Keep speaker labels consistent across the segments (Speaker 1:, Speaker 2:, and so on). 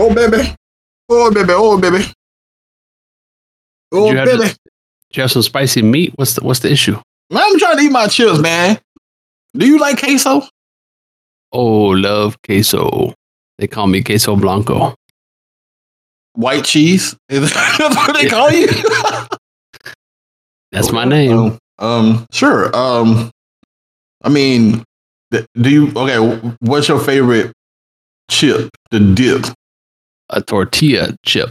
Speaker 1: Oh baby. Oh baby. Oh baby. Oh
Speaker 2: you have
Speaker 1: baby.
Speaker 2: to- Do you have some spicy meat? What's the What's the issue?
Speaker 1: Man, I'm trying to eat my chips, man. Do you like queso?
Speaker 2: Oh, love queso. They call me queso blanco.
Speaker 1: White cheese? Is that what they
Speaker 2: Yeah.
Speaker 1: call you?
Speaker 2: That's my name.
Speaker 1: Um, um, sure. Um, I mean, th- do you okay? w- What's your favorite chip? The dip.
Speaker 2: A tortilla chip.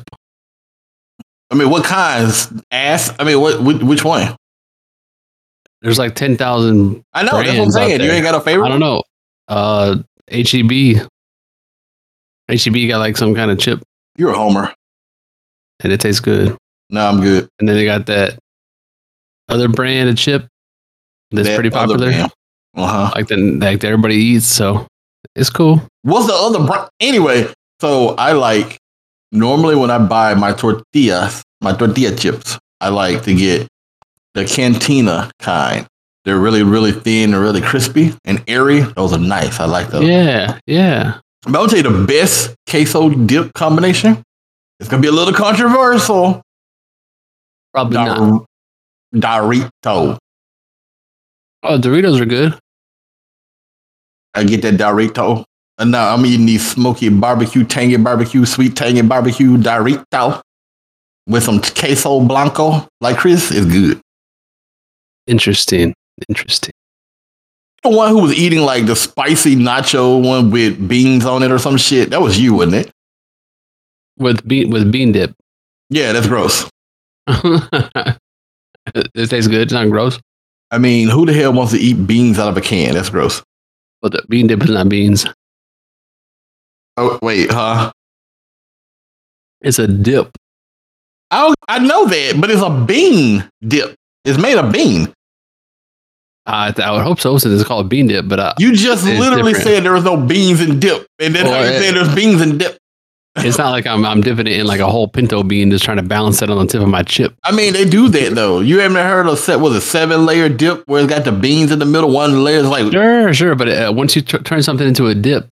Speaker 1: I mean, what kinds? Ass. I mean, what? whi- Which one?
Speaker 2: There's like ten thousand.
Speaker 1: I know. that's what I'm
Speaker 2: Brands out
Speaker 1: saying. You
Speaker 2: there.
Speaker 1: ain't got a
Speaker 2: I
Speaker 1: favorite.
Speaker 2: don't know. Uh, HEB. HEB E got like some kind of chip,
Speaker 1: You're a homer.
Speaker 2: and it tastes good.
Speaker 1: No, I'm good.
Speaker 2: And then they got that other brand of chip that's pretty popular,
Speaker 1: Uh huh.
Speaker 2: like the, like that everybody eats. So it's cool.
Speaker 1: What's the other brand? Anyway, so I like normally when I buy my tortillas, my tortilla chips, I like to get the cantina kind. They're really, really thin and really crispy and airy. Those are nice. I like those.
Speaker 2: Yeah, yeah.
Speaker 1: But I'll tell you the best queso dip combination. It's gonna be a little controversial.
Speaker 2: Probably not.
Speaker 1: Dor- Dorito.
Speaker 2: Oh, Doritos are good.
Speaker 1: I get that Dorito. And now I'm eating these smoky barbecue, tangy barbecue, sweet tangy barbecue Dorito with some queso blanco. Like Chris, it's good.
Speaker 2: Interesting. Interesting.
Speaker 1: The one who was eating like the spicy nacho one with beans on it or some shit. That was you, wasn't it?
Speaker 2: With bean with bean dip.
Speaker 1: Yeah, that's gross.
Speaker 2: it tastes good. It's not gross.
Speaker 1: I mean, who the hell wants to eat beans out of a can? That's gross.
Speaker 2: But the bean dip is not beans.
Speaker 1: Oh, wait, huh?
Speaker 2: It's a dip.
Speaker 1: I, don't- I know that, but it's a bean dip. It's made of bean.
Speaker 2: I, I would hope so since it's called bean dip. But uh,
Speaker 1: You just
Speaker 2: It's
Speaker 1: literally
Speaker 2: different.
Speaker 1: said there was no beans in dip. And then how
Speaker 2: Well,
Speaker 1: you
Speaker 2: it-
Speaker 1: said there's beans in dip.
Speaker 2: it's not like I'm I'm dipping it in like a whole pinto bean, just trying to balance it on the tip of my chip.
Speaker 1: I mean, they do that though. You haven't heard of set was a seven layer dip where it's got the beans in the middle. One layer is like
Speaker 2: Sure, sure. But uh, once you t- turn something into a dip,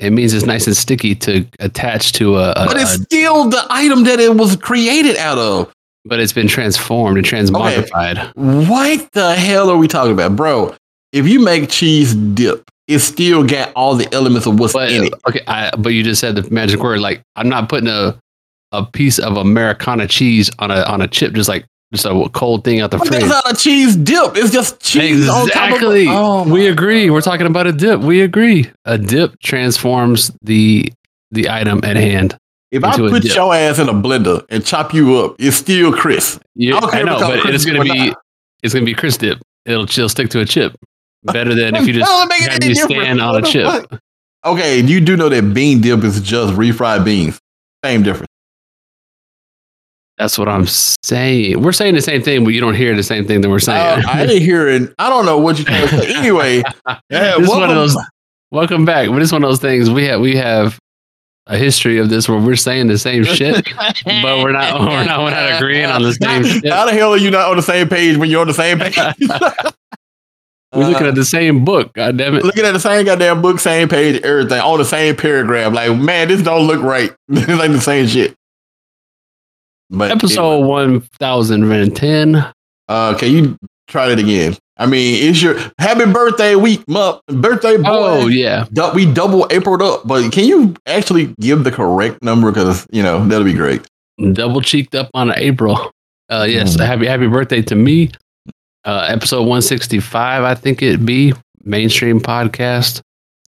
Speaker 2: it means it's nice and sticky to attach to a. a- a-
Speaker 1: But it's still the item that it was created out of.
Speaker 2: it's been transformed and transmogrified.
Speaker 1: What the hell are we talking about, bro? If you make cheese dip, it still got all the elements of what's
Speaker 2: But
Speaker 1: in it.
Speaker 2: okay, I, but you just said the magic word. Like I'm not putting a a piece of Americana cheese on a on a chip, just like just a cold thing out the
Speaker 1: But
Speaker 2: fridge.
Speaker 1: that's not a cheese dip. It's just cheese
Speaker 2: Exactly.
Speaker 1: on top of
Speaker 2: we agree. We're talking about a dip. We agree. A dip transforms the the item at hand.
Speaker 1: If I
Speaker 2: into a
Speaker 1: put
Speaker 2: dip.
Speaker 1: your ass in a blender and chop you up, it's still crisp.
Speaker 2: You,
Speaker 1: I don't care
Speaker 2: I
Speaker 1: if
Speaker 2: know,
Speaker 1: it's on
Speaker 2: but
Speaker 1: crisp
Speaker 2: it's gonna
Speaker 1: or
Speaker 2: be
Speaker 1: not.
Speaker 2: it's gonna be crisp dip. It'll still stick to a chip better than if you just
Speaker 1: Doesn't make it
Speaker 2: have
Speaker 1: any
Speaker 2: you
Speaker 1: different.
Speaker 2: stand on a
Speaker 1: What the
Speaker 2: chip.
Speaker 1: fuck? Okay, you do know that bean dip is just refried beans. Same difference.
Speaker 2: That's what I'm saying. We're saying the same thing, but you don't hear the same thing that we're
Speaker 1: Uh,
Speaker 2: saying.
Speaker 1: I didn't hear it. I don't know what you're trying to say. Anyway, yeah,
Speaker 2: This is
Speaker 1: welcome-
Speaker 2: one of those- Welcome back. But it's one of those things we have we have a history of this where we're saying the same shit, but we're not we're not, we're not agreeing on the same shit.
Speaker 1: How the hell are you not on the same page when you're on the same page? Uh,
Speaker 2: We're looking at the same book. God damn it.
Speaker 1: looking at the same goddamn book, same page, everything on the same paragraph. Like, man, this don't look right. This ain't the same shit. But
Speaker 2: Episode one thousand and ten.
Speaker 1: Uh, can you try it again? I mean, it's your happy birthday week, month, birthday boy.
Speaker 2: Oh yeah.
Speaker 1: Du- we double Apriled up, but can you actually give the correct number? Because you know that'll be great.
Speaker 2: Double cheeked up on April. Uh yes.
Speaker 1: Mm.
Speaker 2: Happy happy birthday to me. Uh episode one sixty five, I think it be. Mainstream podcast.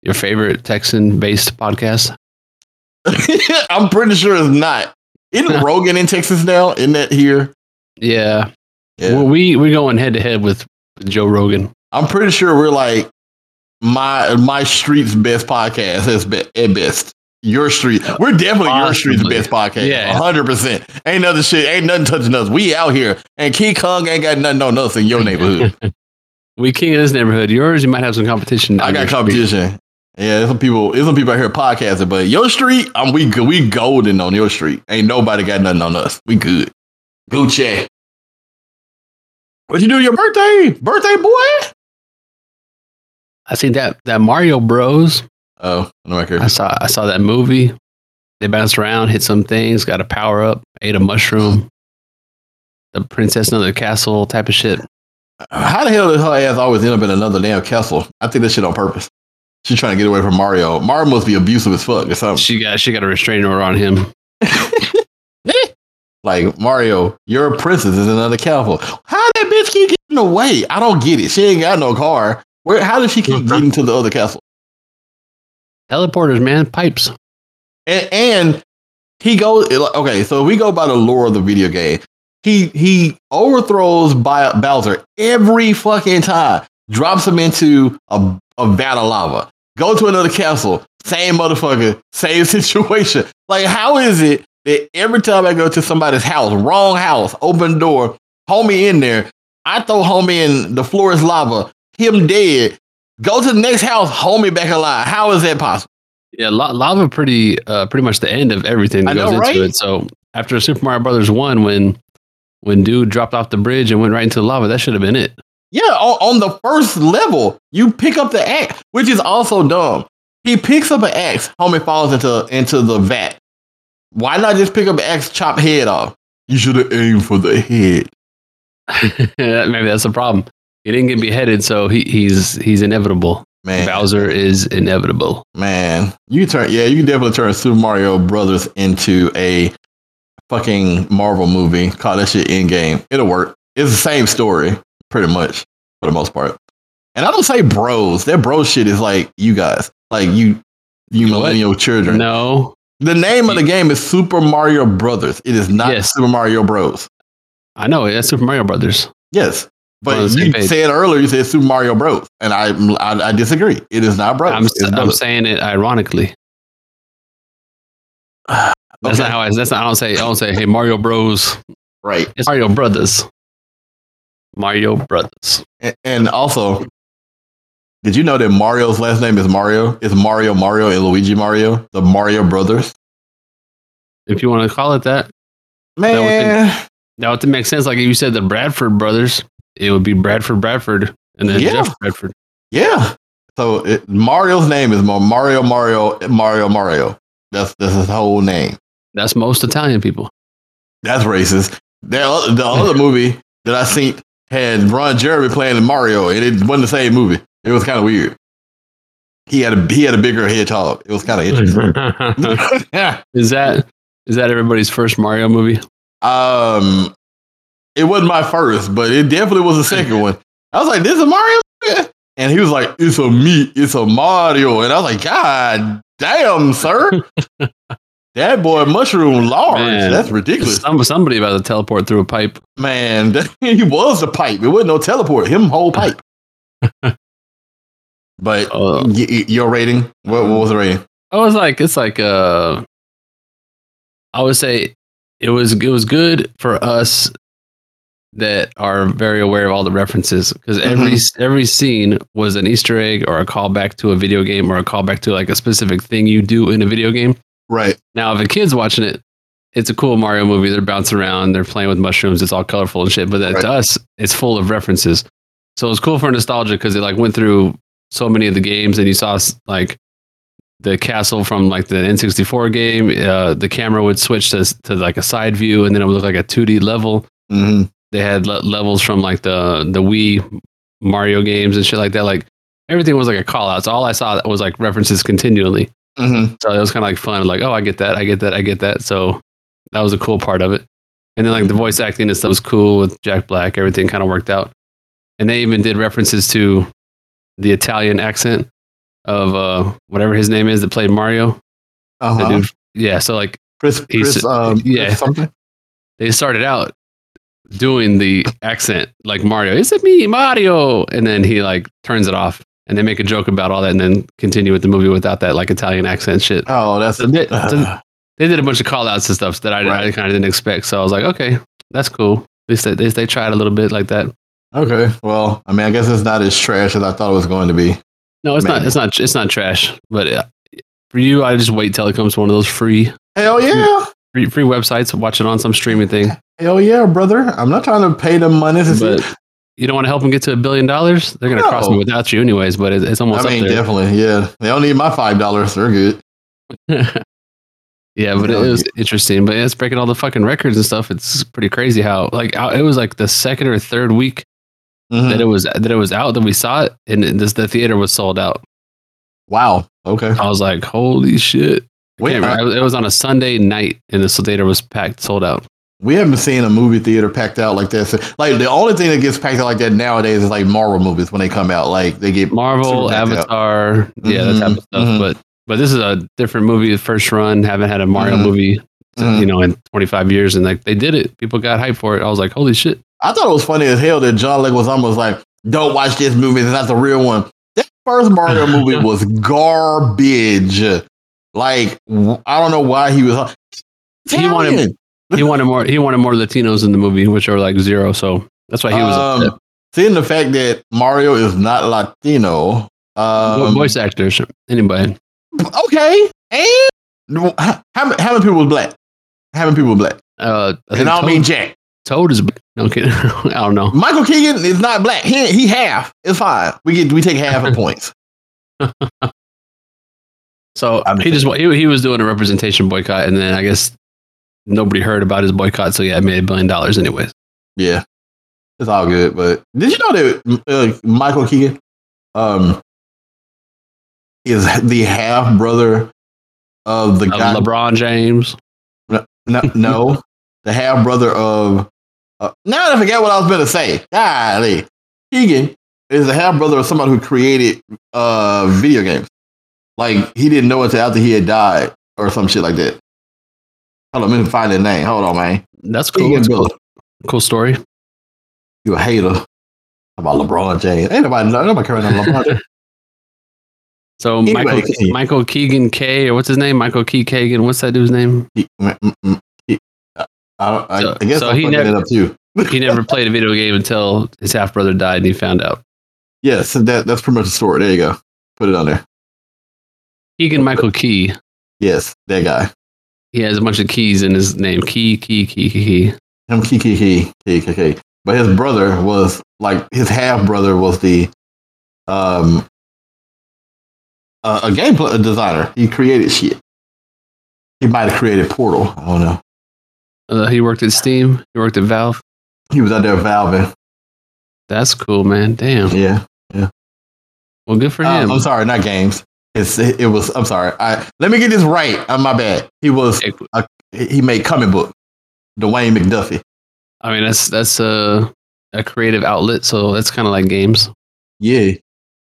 Speaker 2: Your favorite Texan based podcast.
Speaker 1: I'm pretty sure it's not. Isn't Rogan in Texas now? Isn't that here?
Speaker 2: Yeah.
Speaker 1: Yeah.
Speaker 2: Well, we we're going head to head with Joe Rogan.
Speaker 1: I'm pretty sure we're like my my street's best podcast is be- at best. Your street, we're definitely your street's
Speaker 2: Possibly.
Speaker 1: best podcast.
Speaker 2: Yeah.
Speaker 1: hundred percent. Ain't nothing shit. Ain't nothing touching us. We out here, and King Kong ain't got nothing on us in your neighborhood.
Speaker 2: We king of this neighborhood. Yours, you might have some competition.
Speaker 1: I
Speaker 2: down
Speaker 1: got
Speaker 2: your
Speaker 1: competition. Yeah, there's some people. There's some people out here podcasting, but your street, I'm we go- we golden on your street. Ain't nobody got nothing on us. We good. Gucci. What you do your birthday? Birthday boy?
Speaker 2: I see that that Mario Bros.
Speaker 1: Oh, no, I
Speaker 2: I
Speaker 1: care.
Speaker 2: saw I saw that movie. They bounced around, hit some things, got a power up, ate a mushroom, the princess in another castle type of shit.
Speaker 1: How the hell did her ass always end up in another damn castle? I think that shit on purpose. She's trying to get away from Mario. Mario must be abusive as fuck or something.
Speaker 2: She got she got a restraining order on him.
Speaker 1: Like Mario, you're a princess in another castle. How that bitch keep getting away? I don't get it. She ain't got no car. Where? How does she keep getting to the other castle?
Speaker 2: Teleporters, man, pipes.
Speaker 1: And, and he goes. Okay, so if we go by the lore of the video game. He he overthrows Bi- Bowser every fucking time. Drops him into a a vat of lava. Go to another castle. Same motherfucker. Same situation. Like how is it that every time I go to somebody's house, wrong house, open door, homie in there, I throw homie in the floor is lava, him dead, go to the next house, homie back alive. How is that possible?
Speaker 2: Yeah, la- lava pretty uh, pretty much the end of everything that
Speaker 1: I know,
Speaker 2: goes
Speaker 1: right?
Speaker 2: into it. So after Super Mario Brothers one, when when dude dropped off the bridge and went right into the lava, that should have been it.
Speaker 1: Yeah, on, on the first level, you pick up the axe, which is also dumb. He picks up an axe, homie falls into into the vat. Why not just pick up an axe, chop head off? You should have aimed for the head.
Speaker 2: Maybe that's the problem. He didn't get beheaded, so he, he's he's inevitable.
Speaker 1: Man,
Speaker 2: Bowser is inevitable.
Speaker 1: Man, you turn yeah, you definitely turn Super Mario Brothers into a fucking Marvel movie. Call that shit Endgame. It'll work. It's the same story, pretty much for the most part. And I don't say bros. That bro shit is like you guys, like you, you
Speaker 2: what?
Speaker 1: millennial children.
Speaker 2: No,
Speaker 1: The name of the game is Super Mario Brothers. It is not
Speaker 2: Yes.
Speaker 1: Super Mario Bros.
Speaker 2: I know that's Super Mario Brothers.
Speaker 1: Yes,
Speaker 2: We're on
Speaker 1: but
Speaker 2: the same
Speaker 1: you
Speaker 2: page.
Speaker 1: said earlier you said Super Mario Bros, and I I, I disagree. It is not Bros.
Speaker 2: I'm,
Speaker 1: It's
Speaker 2: s- I'm
Speaker 1: brothers.
Speaker 2: saying it ironically. That's
Speaker 1: Okay.
Speaker 2: not how I. That's not. I don't say. I don't say. Hey, Mario Bros.
Speaker 1: right.
Speaker 2: It's Mario Brothers. Mario Brothers.
Speaker 1: A- And also, did you know that Mario's last name is Mario? It's Mario Mario and Luigi Mario, the Mario brothers.
Speaker 2: If you want to call it that.
Speaker 1: Man,
Speaker 2: Now, if it makes sense, like if you said the Bradford Brothers, it would be Bradford Bradford and then
Speaker 1: Yeah.
Speaker 2: Jeff Bradford.
Speaker 1: yeah. So it, Mario's name is Ma- Mario Mario Mario Mario. That's that's his whole name.
Speaker 2: That's most Italian people.
Speaker 1: That's racist. The, o- the other movie that I seen had Ron Jeremy playing Mario, and it wasn't the same movie. It was kind of weird. He had a he had a bigger hedgehog. It was kind of interesting. yeah.
Speaker 2: is that is that everybody's first Mario movie?
Speaker 1: Um, it wasn't my first, but it definitely was the second one. I was like, "This is Mario," nigga?" and he was like, "It's a me, it's a Mario," and I was like, "God damn, sir, that boy mushroom large,
Speaker 2: Man.
Speaker 1: that's ridiculous,
Speaker 2: Some, somebody about to teleport through a pipe.
Speaker 1: man." he was the pipe. It wasn't no teleport. Him whole pipe. but
Speaker 2: Uh,
Speaker 1: y- y- your rating? What, what was the rating?
Speaker 2: I was like, it's like uh, I would say it was it was good for us that are very aware of all the references because every every scene was an Easter egg or a callback to a video game or a callback to like a specific thing you do in a video game.
Speaker 1: Right.
Speaker 2: Now, if a kid's watching it, it's a cool Mario movie. They're bouncing around, they're playing with mushrooms, it's all colorful and shit. But then
Speaker 1: Right.
Speaker 2: to us, it's full of references. So it's cool for nostalgia because it like went through so many of the games, and you saw s- like the castle from like the N64 game. Uh, the camera would switch to s- to like a side view, and then it would look like a 2D level.
Speaker 1: hmm
Speaker 2: They had le- levels from like the the Wii Mario games and shit like that. Like everything was like a call out. So all I saw was like references continually.
Speaker 1: hmm
Speaker 2: So it was kind of like fun, like, oh, I get that, I get that, I get that. So that was a cool part of it. And then like the voice acting and stuff was cool with Jack Black. Everything kind of worked out. And they even did references to the Italian accent of uh, whatever his name is that played Mario. The
Speaker 1: Uh-huh.
Speaker 2: dude- yeah. So like
Speaker 1: Chris,
Speaker 2: He
Speaker 1: Chris,
Speaker 2: said-
Speaker 1: um,
Speaker 2: yeah.
Speaker 1: Chris something.
Speaker 2: they started out doing the accent like Mario. Is it me, Mario? And then he like turns it off, and they make a joke about all that, and then continue with the movie without that like Italian accent shit.
Speaker 1: Oh, that's
Speaker 2: So they, so they did a bunch of call outs and stuff that I, I
Speaker 1: Right.
Speaker 2: kind of didn't expect. So I was like, okay, that's cool. At least they, at least they tried a little bit like that.
Speaker 1: Okay. Well, I mean, I guess it's not as trash as I thought it was going to be.
Speaker 2: No, it's
Speaker 1: Man.
Speaker 2: not. It's not. It's not trash. But uh, for you, I just wait till it comes to one of those free,
Speaker 1: Hell yeah.
Speaker 2: free, free websites. Watch it on some streaming thing.
Speaker 1: Hell yeah, brother. I'm not trying to pay them money. To see-
Speaker 2: But you don't want to help them get to a billion dollars. They're gonna cross
Speaker 1: No.
Speaker 2: them without you, anyways. But it's, it's almost
Speaker 1: I mean,
Speaker 2: up there.
Speaker 1: definitely. Yeah. They don't need my $5. They're good.
Speaker 2: Yeah, but it was interesting. But yeah, it's breaking all the fucking records and stuff. It's pretty crazy how like how- it was like the second or third week
Speaker 1: Mm-hmm. Hmm.
Speaker 2: that it was that it was out that we saw it, and it, this, the theater was sold out.
Speaker 1: Wow. Okay.
Speaker 2: I was like, holy shit! I
Speaker 1: Wait, uh,
Speaker 2: can't remember.
Speaker 1: I-
Speaker 2: I was- it was on a Sunday night, and the theater was packed, sold out.
Speaker 1: we haven't seen a movie theater packed out like that. since- Like the only thing that gets packed out like that nowadays is like Marvel movies when they come out. Like they get Super
Speaker 2: Marvel,
Speaker 1: packed out.
Speaker 2: Avatar, yeah, that type of stuff.
Speaker 1: Mhm, mhm.
Speaker 2: But but this is a different movie, the first run. Haven't had a Mario
Speaker 1: Mhm.
Speaker 2: movie,
Speaker 1: Mhm.
Speaker 2: you know, in 25 years, and like they did it. People got hyped for it. I was like, holy shit!
Speaker 1: I thought it was funny as hell that John Leguizamo was like, "Don't watch this movie; it's not the real one." That first Mario movie was garbage. Like w- I don't know why he was. uh,
Speaker 2: He wanted-
Speaker 1: Italian.
Speaker 2: He wanted more. He wanted more Latinos in the movie, which are like zero. So that's why he was
Speaker 1: Um,
Speaker 2: upset.
Speaker 1: seeing the fact that Mario is not Latino.
Speaker 2: Vo-
Speaker 1: Um,
Speaker 2: voice actors, anybody?
Speaker 1: okay, and how, how many how many people was black? How many people was black?
Speaker 2: Uh, I think
Speaker 1: And I don't
Speaker 2: Toad,
Speaker 1: mean Jack.
Speaker 2: Toad is. No, I'm kidding. I don't know.
Speaker 1: Michael Keegan is not black. He he half. It's fine. We get we take half of points.
Speaker 2: So
Speaker 1: I'm
Speaker 2: he just wa- he, he was doing a representation boycott, and then I guess nobody heard about his boycott. So yeah, it made a billion dollars anyways. Uh,
Speaker 1: Yeah, it's all good. But did you know that uh, Michael Keegan um, is the half brother of the
Speaker 2: Uh,
Speaker 1: guy?
Speaker 2: LeBron James.
Speaker 1: no, no, the half brother of. Uh, now I forget what I was going to say. Golly, Keegan is the half brother of somebody who created uh, video games. Like he didn't know until after he had died or some shit like that. Hold on, let me find the name. Hold on, man.
Speaker 2: That's cool.
Speaker 1: Keegan
Speaker 2: That's
Speaker 1: Miller.
Speaker 2: cool. Cool story.
Speaker 1: You a hater. How About LeBron James. Ain't nobody, nobody caring about LeBron James.
Speaker 2: So
Speaker 1: Anyway,
Speaker 2: Michael,
Speaker 1: continue.
Speaker 2: Michael Keegan K, or what's his name? Michael Key Kagan. What's that dude's name?
Speaker 1: He- mm, mm, mm. He- I, I, don't- I,
Speaker 2: So-
Speaker 1: I guess
Speaker 2: so
Speaker 1: I'm
Speaker 2: he
Speaker 1: fucking
Speaker 2: never-
Speaker 1: it up too.
Speaker 2: He never played a video game until his half brother died, and he found out.
Speaker 1: Yes, that, that's pretty much the story. There you go. Put it on there.
Speaker 2: Keegan Michael Key.
Speaker 1: Yes, that guy.
Speaker 2: He has a bunch of keys in his name. Key, key, key, key, key.
Speaker 1: Him Kiki Kiki Kiki Kiki. But his brother was like his half brother was the um a, a game pl- designer. He created shit. He might have created Portal. I don't know.
Speaker 2: Uh, he worked at Steam. He worked at Valve.
Speaker 1: He was out there valving.
Speaker 2: That's cool, man. Damn.
Speaker 1: Yeah.
Speaker 2: Well, good for
Speaker 1: Uh,
Speaker 2: him.
Speaker 1: I'm sorry, not games. It's, it, it was. I'm sorry. I let me get this right. Uh, my bad. He was.
Speaker 2: Equ-
Speaker 1: He he made comic book. Dwayne McDuffie.
Speaker 2: I mean, that's that's a a creative outlet. So that's kind of like games.
Speaker 1: Yeah,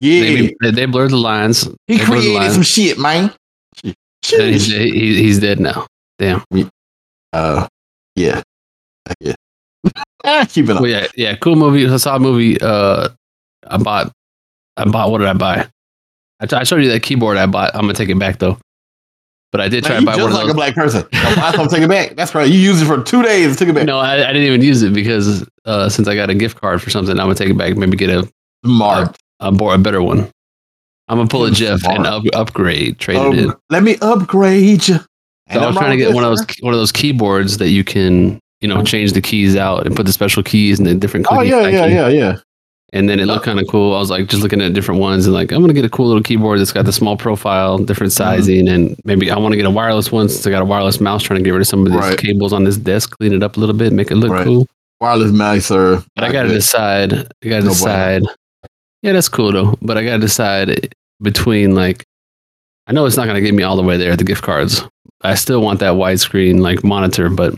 Speaker 1: yeah.
Speaker 2: They, they, they blurred the lines.
Speaker 1: he
Speaker 2: they blurred the
Speaker 1: created
Speaker 2: lines.
Speaker 1: some shit, man.
Speaker 2: And he's,
Speaker 1: Sheesh.
Speaker 2: he, he's dead now.
Speaker 1: Uh, yeah, yeah. Ah, Keep it up.
Speaker 2: Well, yeah, yeah. Cool movie. I saw a movie. Uh, I bought. I bought. What did I buy? I, t- I showed you that keyboard I bought. I'm gonna take it back though. But I did try
Speaker 1: Man,
Speaker 2: to
Speaker 1: you
Speaker 2: buy
Speaker 1: just
Speaker 2: one
Speaker 1: like a
Speaker 2: of
Speaker 1: black person. Now, Why don't take it back? That's right. You used it for two days and took it
Speaker 2: those.
Speaker 1: back.
Speaker 2: No, I, I didn't even use it because uh, since I got a gift card for something, I'm gonna take it back. Maybe get a
Speaker 1: Smart.
Speaker 2: a, more, a better one. I'm gonna pull a Jeff and
Speaker 1: Smart.
Speaker 2: up, upgrade, trade
Speaker 1: Um,
Speaker 2: it in.
Speaker 1: let me upgrade. you.
Speaker 2: So I was trying to get one of those one of those keyboards that you can you know change the keys out and put the special keys in the different.
Speaker 1: Oh
Speaker 2: clicky
Speaker 1: yeah, yeah,
Speaker 2: clacky.
Speaker 1: yeah, yeah.
Speaker 2: and then it looked kind of cool. I was like just looking at different ones and like I'm gonna get a cool little keyboard that's got the small profile, different
Speaker 1: Mm-hmm.
Speaker 2: sizing, and maybe I want to get a wireless one since I got a wireless mouse. Trying to get rid of some of these
Speaker 1: Right.
Speaker 2: cables on this desk, clean it up a little bit, make it look
Speaker 1: Right.
Speaker 2: cool.
Speaker 1: Wireless mouse or.
Speaker 2: But I gotta decide. I gotta
Speaker 1: No bueno.
Speaker 2: decide. Yeah, that's cool though. But I gotta decide between like I know it's not gonna get me all the way there at the gift cards. I still want that widescreen like monitor, but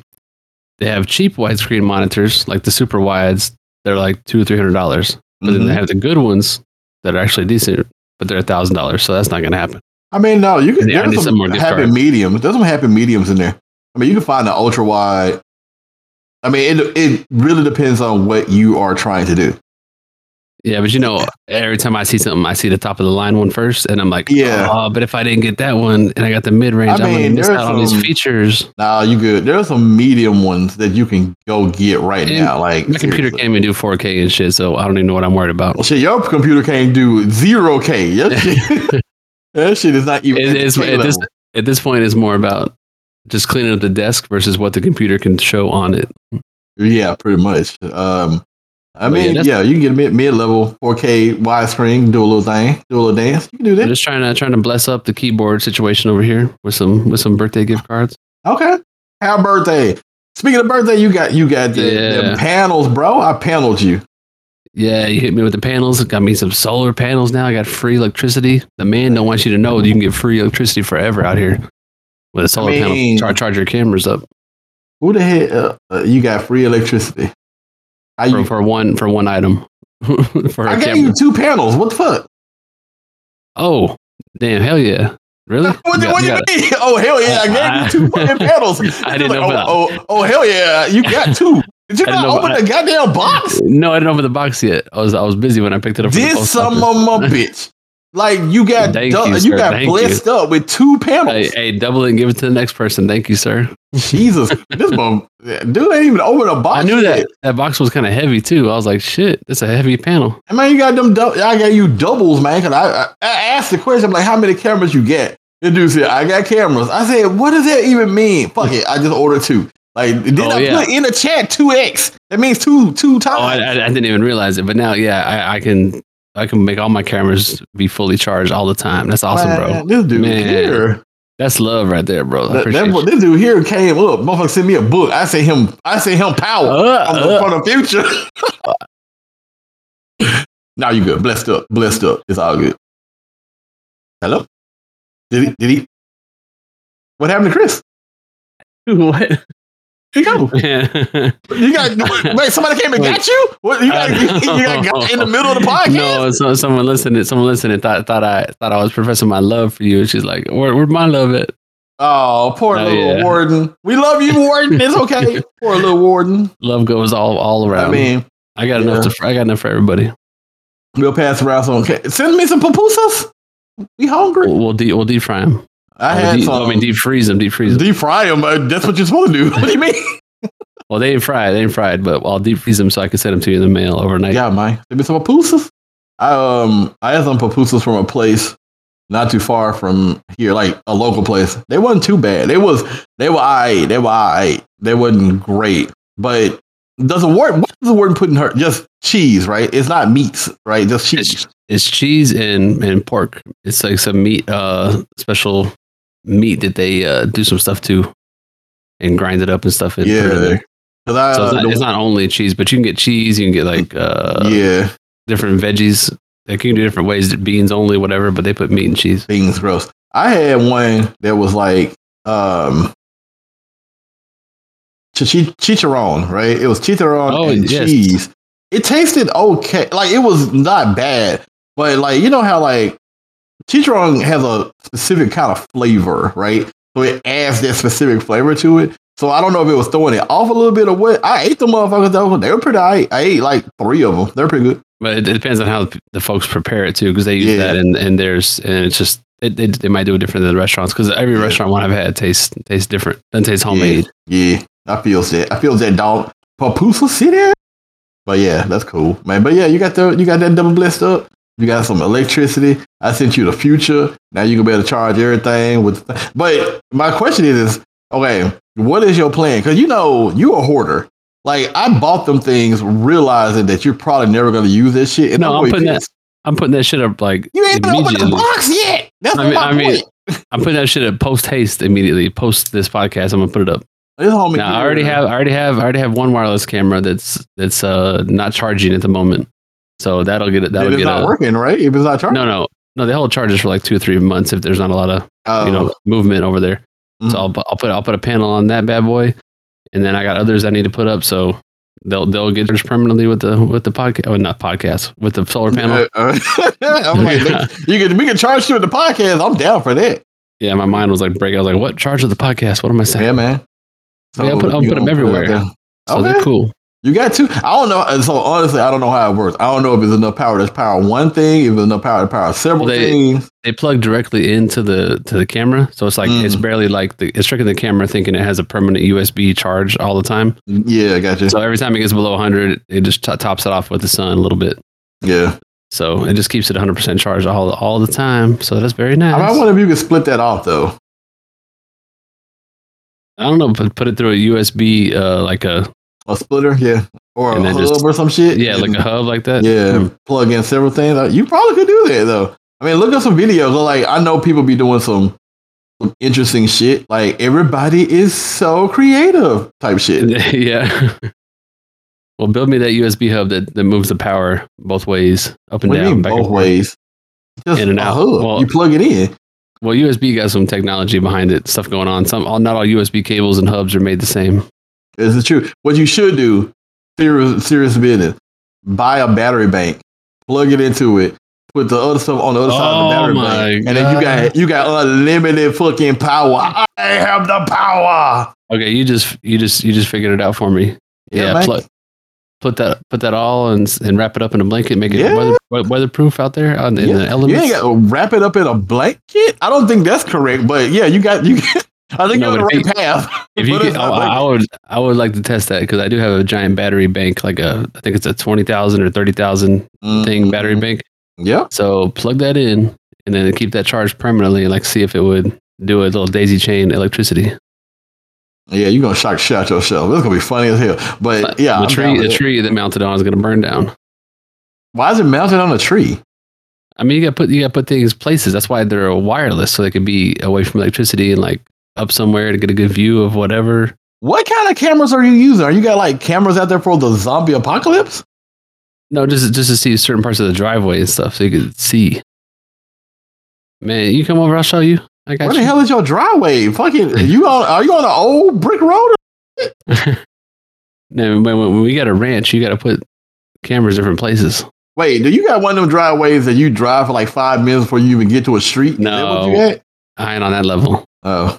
Speaker 2: they have cheap widescreen monitors like the super wides. They're like two or three hundred dollars but then
Speaker 1: Mm-hmm.
Speaker 2: they have the good ones that are actually decent, but they're a thousand dollars, so that's not gonna happen.
Speaker 1: I mean, no, you can.
Speaker 2: Yeah, I
Speaker 1: There's
Speaker 2: need
Speaker 1: some,
Speaker 2: some more gift
Speaker 1: happy
Speaker 2: cards.
Speaker 1: mediums. There's some happy mediums in there. I mean, you can find an ultra wide. I mean, it it really depends on what you are trying to do.
Speaker 2: Yeah, but you know, every time I see something, I see the top of the line one first, and I'm like,
Speaker 1: Yeah.
Speaker 2: oh, but if I didn't get that one, and I got the mid range,
Speaker 1: I
Speaker 2: I'm gonna
Speaker 1: mean,
Speaker 2: miss
Speaker 1: there
Speaker 2: out
Speaker 1: are
Speaker 2: on these
Speaker 1: some-
Speaker 2: features.
Speaker 1: Nah, you good. There's some medium ones that you can go get right
Speaker 2: And
Speaker 1: now. Like
Speaker 2: My computer
Speaker 1: seriously.
Speaker 2: can't even do 4K and shit, so I don't even know what I'm worried about.
Speaker 1: Shit, your computer can't do zero K. Your shit- That shit is not even.
Speaker 2: It-
Speaker 1: at the
Speaker 2: it's-
Speaker 1: K
Speaker 2: it is-
Speaker 1: level.
Speaker 2: At this point, it's more about just cleaning up the desk versus what the computer can show on it.
Speaker 1: yeah, pretty much. Um, I
Speaker 2: But yeah,
Speaker 1: mean, yeah,
Speaker 2: that's-
Speaker 1: you can get mid mid level 4K widescreen, do a little thing, do a little dance. You can do
Speaker 2: I'm
Speaker 1: that.
Speaker 2: just trying to trying to bless up the keyboard situation over here with some with some birthday gift cards.
Speaker 1: Okay. Happy birthday. Speaking of birthday, you got you got the,
Speaker 2: Yeah.
Speaker 1: the panels, bro. I paneled you.
Speaker 2: Yeah, you hit me with the panels. It Got me some solar panels now. I got free electricity. The man don't want you to know that you can get free electricity forever out here with a solar
Speaker 1: mean-
Speaker 2: panel. Char- charge your cameras up
Speaker 1: Who the heck? Uh, uh, you got free electricity. I,
Speaker 2: for, for one for one item for
Speaker 1: I
Speaker 2: a
Speaker 1: gave
Speaker 2: camera.
Speaker 1: you two panels. What the fuck?
Speaker 2: Oh, damn! Hell yeah! Really?
Speaker 1: What,
Speaker 2: You
Speaker 1: do
Speaker 2: got-
Speaker 1: what do
Speaker 2: you
Speaker 1: you
Speaker 2: got-
Speaker 1: mean? Oh hell yeah! I gave you two fucking panels.
Speaker 2: I didn't know that.
Speaker 1: oh, oh, oh hell yeah! You got two. Did you
Speaker 2: I didn't
Speaker 1: not
Speaker 2: know
Speaker 1: open
Speaker 2: that.
Speaker 1: the goddamn box?
Speaker 2: No, I didn't open the box yet. I was I was busy when I picked it up. from the
Speaker 1: This
Speaker 2: post
Speaker 1: some
Speaker 2: office.
Speaker 1: of my bitch. Like you got
Speaker 2: Thank
Speaker 1: du-
Speaker 2: you,
Speaker 1: you,
Speaker 2: sir.
Speaker 1: got
Speaker 2: Thank
Speaker 1: blessed up with two
Speaker 2: Hey,
Speaker 1: panels.
Speaker 2: hey, double it and give it to the next person. Thank you, sir.
Speaker 1: Jesus, this mom, dude ain't even open a box.
Speaker 2: I knew
Speaker 1: yet.
Speaker 2: that that box was kind of heavy too. I was like, shit, that's a heavy panel.
Speaker 1: And man, you got them. Dou- I got you doubles, man. Cause I, I, I asked the question, I'm like, how many cameras you get? The dude said, I got cameras. I said, what does that even mean? Fuck it, I just ordered two. Like, did
Speaker 2: Oh,
Speaker 1: I
Speaker 2: yeah.
Speaker 1: put in the chat two X? That means two two
Speaker 2: Oh, I,
Speaker 1: times.
Speaker 2: I, I didn't even realize it, but now, yeah, I, I can I can make all my cameras be fully charged all the time. That's awesome, bro.
Speaker 1: Man, This dude
Speaker 2: Man,
Speaker 1: here,
Speaker 2: That's love right there, bro. I
Speaker 1: that,
Speaker 2: appreciate
Speaker 1: that-
Speaker 2: you.
Speaker 1: this dude here came up. Motherfucker sent me a book. I sent him. I sent him power.
Speaker 2: Uh,
Speaker 1: I'm
Speaker 2: uh,
Speaker 1: for the future. now you good. Blessed up. Blessed up. It's all good. Hello? Did he? Did he? What happened to Chris?
Speaker 2: what?
Speaker 1: He go. You got wait. Somebody came and got you. What you got? You got got in the middle of the podcast.
Speaker 2: No, so someone listening, someone listening thought thought I thought I was professing my love for you, and she's like, "Where, where'd my love at?"
Speaker 1: Oh, poor
Speaker 2: Oh,
Speaker 1: little
Speaker 2: yeah.
Speaker 1: warden. We love you, warden. It's okay. poor little warden.
Speaker 2: Love goes all all around.
Speaker 1: I mean,
Speaker 2: I got enough.
Speaker 1: yeah.
Speaker 2: To, I got enough for everybody.
Speaker 1: we'll pass around some. Okay. Send me some pupusas. We hungry.
Speaker 2: We'll we'll, de- we'll deep fry them.
Speaker 1: I
Speaker 2: We'll
Speaker 1: had
Speaker 2: deep-
Speaker 1: some.
Speaker 2: I mean, deep freeze them. Deep freeze them.
Speaker 1: deep fry them. but That's what you're supposed to do. What do you mean?
Speaker 2: Well, they ain't fried. They ain't fried, but I'll deep freeze them so I can send them to you in the mail overnight.
Speaker 1: Yeah, man. There be some pupusas. I um I had some pupusas from a place not too far from here, like a local place. They wasn't too bad. They was they were alright. They were alright. They wasn't great. But does the word what does the word put in her? Just cheese, right? It's not meats, right? Just cheese.
Speaker 2: It's, it's cheese and, and pork. It's like some meat, uh, special meat that they uh, do some stuff to and grind it up and stuff. And put it in
Speaker 1: Yeah.
Speaker 2: there.
Speaker 1: 'Cause I,
Speaker 2: So it's
Speaker 1: the-
Speaker 2: not, it's not only cheese, but you can get cheese. You can get like uh,
Speaker 1: yeah,
Speaker 2: different veggies. Like you can do different ways, beans only, whatever, but they put meat and cheese.
Speaker 1: things gross. I had one that was like um chichi- chicharron, right? It was chicharron
Speaker 2: Oh,
Speaker 1: and
Speaker 2: yes.
Speaker 1: cheese. It tasted okay. Like it was not bad, but like you know how like chicharron has a specific kind of flavor, right? So it adds that specific flavor to it. So I don't know if it was throwing it off a little bit or what. I ate the motherfuckers though. They were pretty. I I ate like three of them. They're pretty good.
Speaker 2: But it, it depends on how the folks prepare it too, because they use
Speaker 1: Yeah.
Speaker 2: that and and there's and it's just it, they, they might do it different than the restaurants because every
Speaker 1: Yeah.
Speaker 2: restaurant one I've had tastes tastes different. Doesn't taste homemade.
Speaker 1: Yeah, yeah, I feel that. I feel that dog. Papusa City. But yeah, that's cool, man. But yeah, you got the you got that double blessed up. You got some electricity. I sent you the future. Now you can be able to charge everything with. But my question is, is okay, what is your plan? Because you know you a hoarder. Like I bought them things, realizing that you're probably never going to use this shit.
Speaker 2: No, I'm
Speaker 1: always
Speaker 2: putting that-
Speaker 1: pissed.
Speaker 2: I'm putting that shit up like
Speaker 1: You ain't even opened the
Speaker 2: immediately.
Speaker 1: box yet. That's
Speaker 2: I mean-
Speaker 1: my
Speaker 2: I mean-
Speaker 1: point.
Speaker 2: I'm putting that shit up post haste immediately. Post this podcast, I'm gonna put it up.
Speaker 1: This homie
Speaker 2: Now I
Speaker 1: here-
Speaker 2: already have I already have I already have one wireless camera that's that's uh not charging at the moment, so that'll get it. That'll
Speaker 1: If it's
Speaker 2: get
Speaker 1: not
Speaker 2: a,
Speaker 1: working, right? If it's not charging,
Speaker 2: no no no. They hold charges for like two or three months if there's not a lot of
Speaker 1: Oh,
Speaker 2: you know movement over there.
Speaker 1: mhm.
Speaker 2: So I'll, pu- I'll put I'll put a panel on that bad boy, and then I got others I need to put up. So they'll they'll get yours permanently with the with the podcast. Oh, not podcast with the solar panel.
Speaker 1: Uh, uh, I'm like,
Speaker 2: Yeah.
Speaker 1: you can we can charge you with the podcast. I'm down for that.
Speaker 2: yeah, my mind was like break. I was like, what charge of the podcast? What am I saying?
Speaker 1: Yeah, man. Oh,
Speaker 2: Yeah, I'll put- I'll
Speaker 1: you
Speaker 2: put 'em
Speaker 1: gonna it
Speaker 2: everywhere.
Speaker 1: out there.
Speaker 2: So
Speaker 1: okay.
Speaker 2: they're cool.
Speaker 1: You got two. I don't know. and So honestly, I don't know how it works. I don't know if it's enough power to power one thing, if it's enough power to power several
Speaker 2: They-
Speaker 1: things.
Speaker 2: They plug directly into the to the camera, so it's like
Speaker 1: Mm.
Speaker 2: it's barely like the, it's tricking the camera thinking it has a permanent USB charge all the time.
Speaker 1: Yeah, gotcha.
Speaker 2: So every time it gets below 100, it just to- tops it off with the sun a little bit.
Speaker 1: yeah.
Speaker 2: So it just keeps it 100 percent charged all all the time. So that's very nice.
Speaker 1: I might wonder if you could split that off though.
Speaker 2: I don't know, put, put it through a USB, uh, like a
Speaker 1: A splitter, yeah. or
Speaker 2: And
Speaker 1: a
Speaker 2: then
Speaker 1: hub
Speaker 2: just-
Speaker 1: or some shit.
Speaker 2: Yeah, like
Speaker 1: and-
Speaker 2: a hub like that.
Speaker 1: yeah,
Speaker 2: Hmm.
Speaker 1: plug in several things. Like, You probably could do that though. I mean, look up some videos. Like I know people be doing some, some interesting shit. Like everybody is so creative type shit.
Speaker 2: Hmm. yeah. well, build me that USB hub that, that moves the power both ways, up and
Speaker 1: What do you
Speaker 2: down,
Speaker 1: mean
Speaker 2: back and
Speaker 1: both
Speaker 2: forth.
Speaker 1: ways? Just
Speaker 2: In and
Speaker 1: a
Speaker 2: out.
Speaker 1: hub.
Speaker 2: Well-
Speaker 1: you plug it in.
Speaker 2: Well, USB got some technology behind it, stuff going on. Some, all, not all USB cables and hubs are made the same.
Speaker 1: This is true. What you should do, serious serious business, buy a battery bank, plug it into it, put the other stuff on the other side of the
Speaker 2: Oh
Speaker 1: battery
Speaker 2: my
Speaker 1: bank, and then you got you got unlimited fucking power. I have the power.
Speaker 2: Okay, you just you just you just figured it out for me. Yeah,
Speaker 1: man.
Speaker 2: plug- put that put that all and s- and wrap it up in a blanket, make it
Speaker 1: Yeah.
Speaker 2: weather, we- weatherproof out there on in the
Speaker 1: You
Speaker 2: elements.
Speaker 1: ain't got to wrap it up in a blanket. I don't think that's correct, but yeah, you got you. I think
Speaker 2: No,
Speaker 1: you're on the
Speaker 2: but if
Speaker 1: right path.
Speaker 2: if you
Speaker 1: But
Speaker 2: could,
Speaker 1: it's
Speaker 2: I,
Speaker 1: not
Speaker 2: I would I would like to test that because I do have a giant battery bank, like a I think it's a twenty thousand or thirty thousand thing
Speaker 1: Mm-hmm.
Speaker 2: battery bank.
Speaker 1: mm. Yeah,
Speaker 2: So plug that in and then keep that charged permanently and like see if it would do a little daisy chain
Speaker 1: Uh,
Speaker 2: electricity.
Speaker 1: yeah, you're gonna shock shot yourself. It's gonna be funny as hell. But yeah,
Speaker 2: the
Speaker 1: I'm down
Speaker 2: tree
Speaker 1: with
Speaker 2: the
Speaker 1: it.
Speaker 2: tree that mounted on is gonna burn down.
Speaker 1: Why is it mounted on a tree?
Speaker 2: I mean you gotta put you gotta put things places. That's why they're wireless, so they could be away from electricity and like up somewhere to get a good view of whatever.
Speaker 1: What kind of cameras are you using? Are you got like cameras out there for the zombie apocalypse?
Speaker 2: No, just just to see certain parts of the driveway and stuff so you could see. Man, you come over, I'll show you. I got
Speaker 1: Where
Speaker 2: you.
Speaker 1: the hell is your driveway? Fucking, you on? Are you on an old brick road?
Speaker 2: No, when, when we got a ranch, you gotta put cameras different places.
Speaker 1: Wait, do you got one of them driveways that you drive for like five minutes before you even get to a street? Is that
Speaker 2: No.
Speaker 1: what you at?
Speaker 2: I ain't on that level.
Speaker 1: Oh,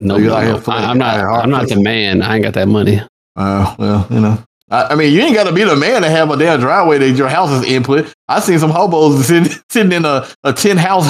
Speaker 2: No,
Speaker 1: You're
Speaker 2: no,
Speaker 1: out here
Speaker 2: no.
Speaker 1: playing
Speaker 2: I, am not.
Speaker 1: hard
Speaker 2: I'm not the
Speaker 1: pussy.
Speaker 2: man. I ain't got that money.
Speaker 1: Uh, well, you know. I, I mean, you ain't got to be the man to have a damn driveway that your house is input. I seen some hobos sitting, sitting in a, a tin house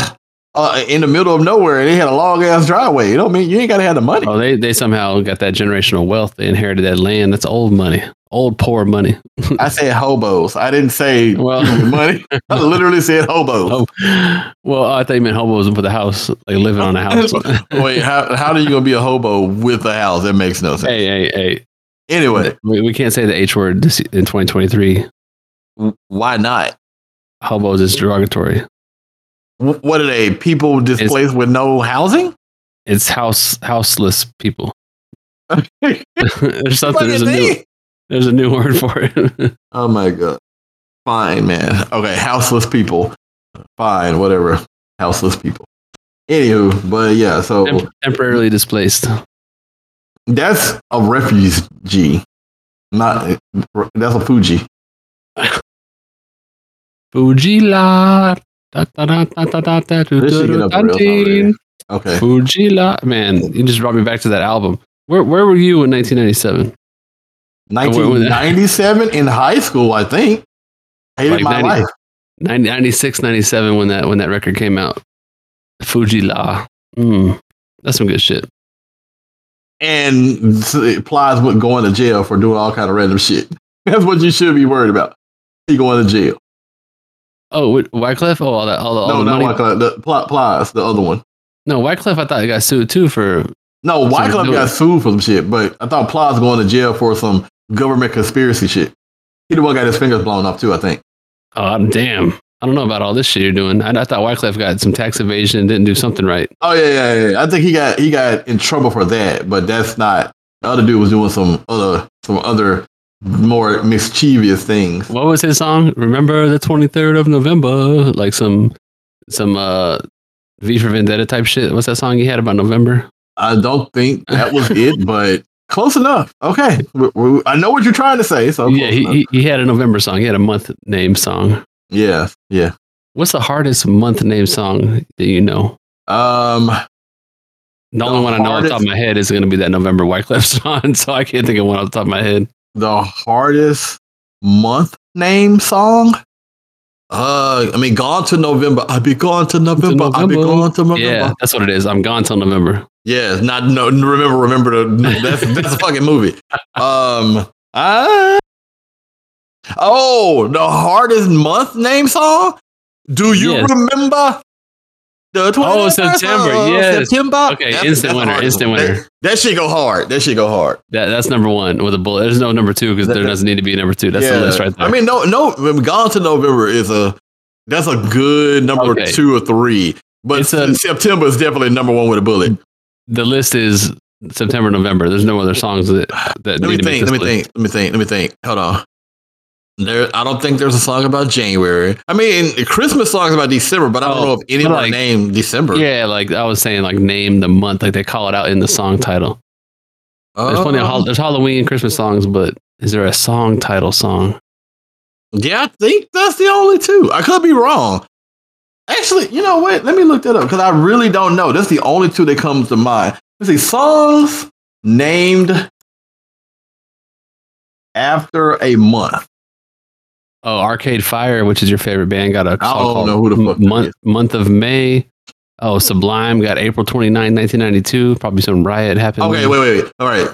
Speaker 1: uh, in the middle of nowhere, and they had a long ass driveway. You know what I mean? You ain't got to have the money.
Speaker 2: Oh, they they somehow got that generational wealth. They inherited that land. That's old money. Old poor money.
Speaker 1: I said hobos. I didn't say
Speaker 2: Oh. Well-
Speaker 1: people with money. I literally said hobos.
Speaker 2: Oh, well, I thought you meant hobos with a house, like living on a house.
Speaker 1: Wait, how how are you gonna be a hobo with a house? That makes no sense.
Speaker 2: hey, hey, hey.
Speaker 1: Anyway,
Speaker 2: We, we can't say the H word this, in 2023.
Speaker 1: w- why not?
Speaker 2: Hobos is derogatory.
Speaker 1: W- What are they? People displaced with no housing?
Speaker 2: It's house houseless people. there's something. There's a
Speaker 1: Fucking
Speaker 2: new.
Speaker 1: thing.
Speaker 2: There's a new word for it.
Speaker 1: Oh my god. Fine, man. Okay, houseless people. Fine, whatever. Houseless people. Anywho, but yeah, so
Speaker 2: Temp- temporarily displaced.
Speaker 1: that's a refugee. Not that's a Fuji.
Speaker 2: Fujila. Da, da, da, da, da, da, da, do,
Speaker 1: This should
Speaker 2: do,
Speaker 1: get
Speaker 2: do,
Speaker 1: up real
Speaker 2: dun-dun.
Speaker 1: Okay.
Speaker 2: Fujila. Man, you just brought me back to that album. Where, where were you in 1997? was that?
Speaker 1: 1997 in high school, I think. Hated
Speaker 2: Like
Speaker 1: my
Speaker 2: 90
Speaker 1: life.
Speaker 2: 90, 96, 97 when that, when that record came out. Fujila. Mm, that's some good shit.
Speaker 1: And s- it applies with going to jail for doing all kind of random shit. That's what you should be worried about. You going to jail.
Speaker 2: Oh, wait, Wyclef? Oh, all that, all the, all
Speaker 1: no,
Speaker 2: the
Speaker 1: not
Speaker 2: money.
Speaker 1: Wyclef. The pl- Plies, the other one.
Speaker 2: No, Wyclef, I thought he got sued too for.
Speaker 1: No,
Speaker 2: That's what
Speaker 1: White
Speaker 2: we're
Speaker 1: Club
Speaker 2: doing.
Speaker 1: got sued for some shit, but I thought Plies going to jail for some government conspiracy shit. He the one got his fingers blown off too, I think.
Speaker 2: Oh, damn. I don't know about all this shit you're doing. I, I thought Wyclef got some tax evasion and didn't do something right.
Speaker 1: Oh yeah, yeah, yeah. I think he got he got in trouble for that, but that's not. The other dude was doing some other some other more mischievous things.
Speaker 2: what was his song? Remember the 23rd of November, like some some uh V for Vendetta type shit. What's that song he had about November?
Speaker 1: I don't think that was it, but close enough. Okay, We- we- I know what you're trying to say. So
Speaker 2: yeah,
Speaker 1: close
Speaker 2: he,
Speaker 1: enough.
Speaker 2: he he had a November song. He had a month name song.
Speaker 1: yeah, yeah.
Speaker 2: What's the hardest month name song that you know?
Speaker 1: Um,
Speaker 2: The only one I know off the top of
Speaker 1: hardest-
Speaker 2: my head is going to be that November Wyclef song, so I can't think of one off the top of my head.
Speaker 1: the hardest month name song. Uh, I mean, gone to November. I'll be gone to November. I'll be
Speaker 2: November.
Speaker 1: gone to November.
Speaker 2: Yeah,
Speaker 1: Yeah,
Speaker 2: that's what it is. I'm gone till November.
Speaker 1: not no. Remember, remember the that's that's a fucking movie. Um, I, oh, the hardest month name song. Do you
Speaker 2: Yes.
Speaker 1: remember? The 20th
Speaker 2: Oh, September,
Speaker 1: of
Speaker 2: yes.
Speaker 1: September.
Speaker 2: Okay, instant winner,
Speaker 1: hard.
Speaker 2: instant
Speaker 1: That-
Speaker 2: winner.
Speaker 1: That, shit go hard. That shit go hard.
Speaker 2: That that's number one with a bullet. There's no number two because
Speaker 1: That-
Speaker 2: there
Speaker 1: that-
Speaker 2: doesn't need to be a number two. That's the list right there.
Speaker 1: I mean, no, no. Gone to November is a that's a good number
Speaker 2: Okay.
Speaker 1: two or three, but
Speaker 2: It's a-
Speaker 1: September is definitely number one with a bullet.
Speaker 2: the list is September, November. There's no other songs that that
Speaker 1: Let me
Speaker 2: need to make
Speaker 1: think.
Speaker 2: this
Speaker 1: Let me
Speaker 2: list.
Speaker 1: think. Let me think. Let me think. Hold on. There, I don't think there's a song about January. I mean, Christmas songs about December, but I don't
Speaker 2: Oh,
Speaker 1: know if anyone
Speaker 2: like-
Speaker 1: named December.
Speaker 2: Yeah, like I was saying, like name the month. Like they call it out in the song title. There's plenty of hol-
Speaker 1: Um,
Speaker 2: there's Halloween, Christmas songs, but is there a song title song?
Speaker 1: Yeah, I think that's the only two. I could be wrong. Actually, you know what? Let me look that up because I really don't know. That's the only two that comes to mind. Let's see, songs named after a month.
Speaker 2: Oh, Arcade Fire, which is your favorite band, got a
Speaker 1: I
Speaker 2: song
Speaker 1: don't
Speaker 2: called
Speaker 1: know who the fuck that
Speaker 2: month
Speaker 1: is.
Speaker 2: month of May. Oh, Sublime got April 29, 1992. Probably some riot happened.
Speaker 1: Okay,
Speaker 2: there.
Speaker 1: wait, wait, wait. All right.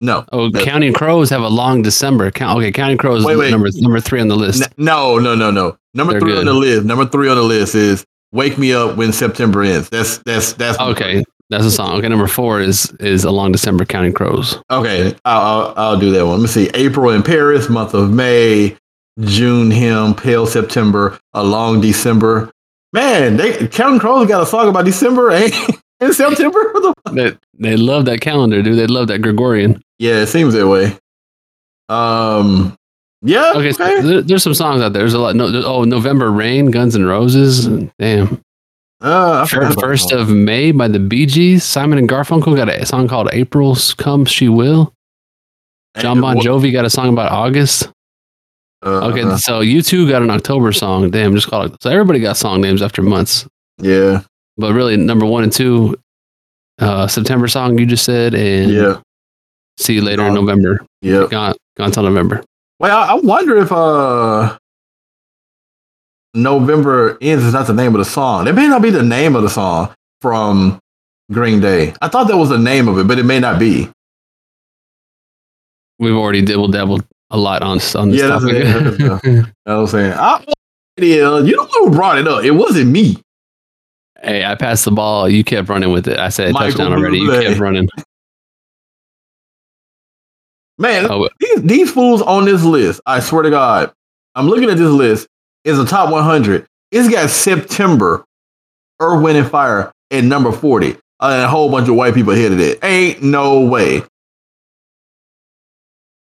Speaker 1: No,
Speaker 2: Oh, Counting Crows have a long December. Count, okay, Counting Crows
Speaker 1: Wait,
Speaker 2: is
Speaker 1: wait.
Speaker 2: number number three on the list.
Speaker 1: N- no, no, no, no. Number
Speaker 2: They're
Speaker 1: three on
Speaker 2: good.
Speaker 1: the list. Number three on the list is "Wake Me Up When September Ends." That's that's that's
Speaker 2: Okay, that's a song. Okay, number four is is along December Counting Crows.
Speaker 1: Okay, I'll, I'll I'll do that one. Let me see. April in Paris, month of May, June him, pale September, a long December. Man, they Counting Crows got a song about December eh? in September. What the-
Speaker 2: They they love that calendar, dude. They love that Gregorian.
Speaker 1: yeah, it seems that way. Um, yeah.
Speaker 2: Okay,
Speaker 1: Okay.
Speaker 2: so there- there's some songs out there. There's a lot. No, there- oh, November Rain, Guns and Roses. Damn.
Speaker 1: Uh, I forgot
Speaker 2: First,
Speaker 1: about
Speaker 2: first
Speaker 1: that one.
Speaker 2: of May by the Bee Gees. Simon and Garfunkel got a song called "April's Come She Will." John Bon Jovi got a song about August.
Speaker 1: Uh,
Speaker 2: Okay, so you two got an October song. Damn, just call it. So everybody got song names after months.
Speaker 1: yeah,
Speaker 2: But really, number one and two, uh, September song you just said, and
Speaker 1: Yeah.
Speaker 2: see you later in
Speaker 1: Gone.
Speaker 2: November.
Speaker 1: yeah.
Speaker 2: Gone, gone till November.
Speaker 1: Well, I, I wonder if uh November ends is not the name of the song. It may not be the name of the song from Green Day. I thought that was the name of it, but it may not be.
Speaker 2: We've already dibble dabbled a lot on on this
Speaker 1: Yeah, that's
Speaker 2: topic.
Speaker 1: it, that's You know what I'm saying? I, it is- you know who brought it up? It wasn't me.
Speaker 2: hey, I passed the ball. You kept running with it. I said
Speaker 1: Michael
Speaker 2: touchdown already.
Speaker 1: Bublé.
Speaker 2: You kept running.
Speaker 1: Man,
Speaker 2: Oh,
Speaker 1: these, these fools on this list, I swear to God, I'm looking at this list. It's the top 100. It's got September, Earth, Wind, and Fire at number 40. And a whole bunch of white people hit it. Ain't no way.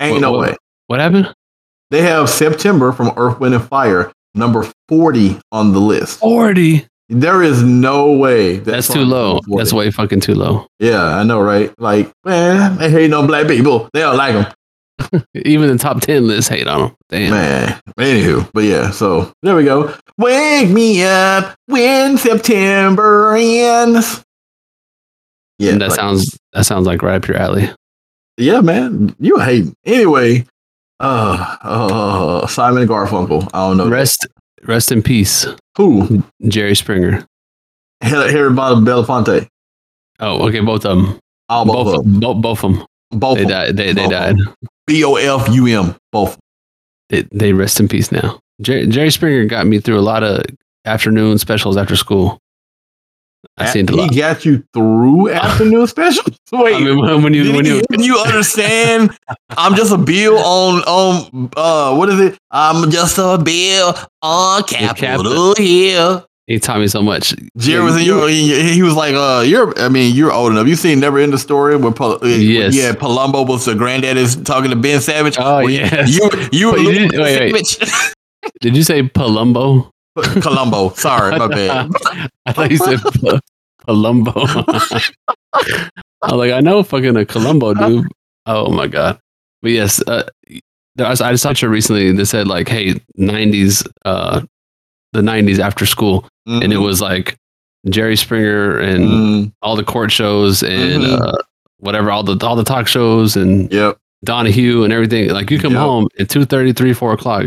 Speaker 1: Ain't
Speaker 2: What-
Speaker 1: no
Speaker 2: what-
Speaker 1: way.
Speaker 2: what happened?
Speaker 1: They have September from Earth, Wind, and Fire, number 40 on the list.
Speaker 2: Forty.
Speaker 1: There is no way. that
Speaker 2: That's
Speaker 1: song
Speaker 2: too
Speaker 1: is
Speaker 2: low.
Speaker 1: number 40.
Speaker 2: That's way fucking too low.
Speaker 1: Yeah, I know, right? Like, man, they hate on black people. They don't like them.
Speaker 2: Even the top ten list hate on them. Damn.
Speaker 1: Man. Anywho, but yeah, so there we go. Wake me up when September ends. Yeah,
Speaker 2: And that
Speaker 1: like-
Speaker 2: sounds that sounds like right up your alley.
Speaker 1: yeah, man. You hate anyway. Uh, uh, Simon Garfunkel. I don't know
Speaker 2: Rest rest in peace,
Speaker 1: who.
Speaker 2: Jerry Springer.
Speaker 1: Harry, Harry Bottom Belafonte.
Speaker 2: Oh, okay, both of them.
Speaker 1: All both,
Speaker 2: Both
Speaker 1: of them.
Speaker 2: both, both of them.
Speaker 1: Both
Speaker 2: They
Speaker 1: of them.
Speaker 2: died. They, they
Speaker 1: Both of
Speaker 2: died.
Speaker 1: 'em. B O F U M. Both.
Speaker 2: They, they rest in peace now. Jerry, Jerry Springer got me through a lot of afternoon specials after school. I seen it a
Speaker 1: he
Speaker 2: lot.
Speaker 1: got you through afternoon special. Wait,
Speaker 2: I mean, when, when you
Speaker 1: Did
Speaker 2: when
Speaker 1: you,
Speaker 2: you
Speaker 1: did you understand? I'm just a bill on on uh what is it? I'm just a bill on
Speaker 2: Cap-
Speaker 1: Capitol Hill.
Speaker 2: he taught me so much.
Speaker 1: Jerry was in your, he he was like, uh, you're, I mean, you're old enough. You seen Never End the Story where, Pal- uh,
Speaker 2: Yes.
Speaker 1: yeah, Palumbo was the granddad is talking to Ben Savage.
Speaker 2: Oh
Speaker 1: When
Speaker 2: yeah.
Speaker 1: You, you were
Speaker 2: But
Speaker 1: little
Speaker 2: you didn't- wait, wait.
Speaker 1: Savage.
Speaker 2: Did you say Palumbo?
Speaker 1: Columbo. Sorry, my bad.
Speaker 2: I thought you said Pal- Palumbo. I was like, I know fucking a Columbo dude. Oh my god. But yes, uh, there was, I saw a picture recently that said like, hey, '90s, uh, the '90s after school,
Speaker 1: Mm-hmm.
Speaker 2: and it was like Jerry Springer and
Speaker 1: Mm,
Speaker 2: all the court shows and
Speaker 1: Mhm.
Speaker 2: uh, whatever, all the all the talk shows and
Speaker 1: yep.
Speaker 2: Donahue and everything. Like you come
Speaker 1: Yep.
Speaker 2: home at 2.30, 3, 4 o'clock,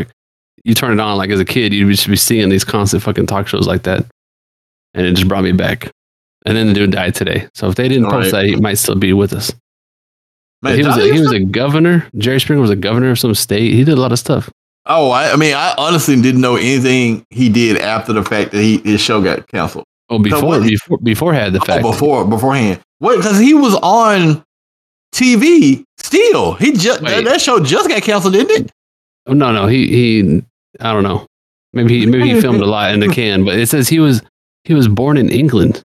Speaker 2: you turn it on. Like as a kid, you should be seeing these constant fucking talk shows like that. And it just brought me back. And then the dude died today. So if they didn't
Speaker 1: All
Speaker 2: post
Speaker 1: right.
Speaker 2: that, he might still be with us. But
Speaker 1: Man,
Speaker 2: he was a,
Speaker 1: Johnny
Speaker 2: he was a governor. Jerry Springer was a governor of some state. He did a lot of stuff.
Speaker 1: Oh, I, I mean, I honestly didn't know anything he did after the fact that he his show got canceled.
Speaker 2: Well, before
Speaker 1: what-
Speaker 2: before before had the
Speaker 1: Oh,
Speaker 2: fact.
Speaker 1: before beforehand. What? Because he was on TV still. He just that,
Speaker 2: Wait.
Speaker 1: that show just got canceled, didn't it?
Speaker 2: No, no, he he. I don't know. Maybe he, maybe he filmed a lot in the can, but it says he was he was born in England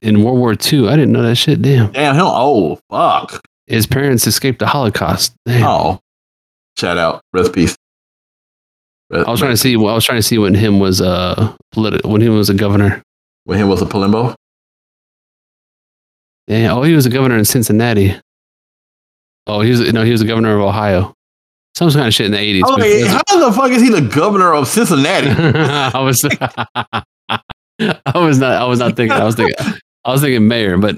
Speaker 2: in World War II. I didn't know that shit. Damn,
Speaker 1: Damn him! Oh fuck!
Speaker 2: his parents escaped the Holocaust. Damn.
Speaker 1: Oh, shout out, rest peace.
Speaker 2: I was trying to see. Well, I was trying to see when him was uh politi- when he was a governor.
Speaker 1: when he was a Palimbo.
Speaker 2: Damn. Oh, he was a governor in Cincinnati. Oh, he was no, he was a governor of Ohio. Some kind of shit in the eighties.
Speaker 1: I was like, Oh, how the fuck is he the governor of Cincinnati?
Speaker 2: I was I was not I was not thinking I was thinking I was thinking mayor, but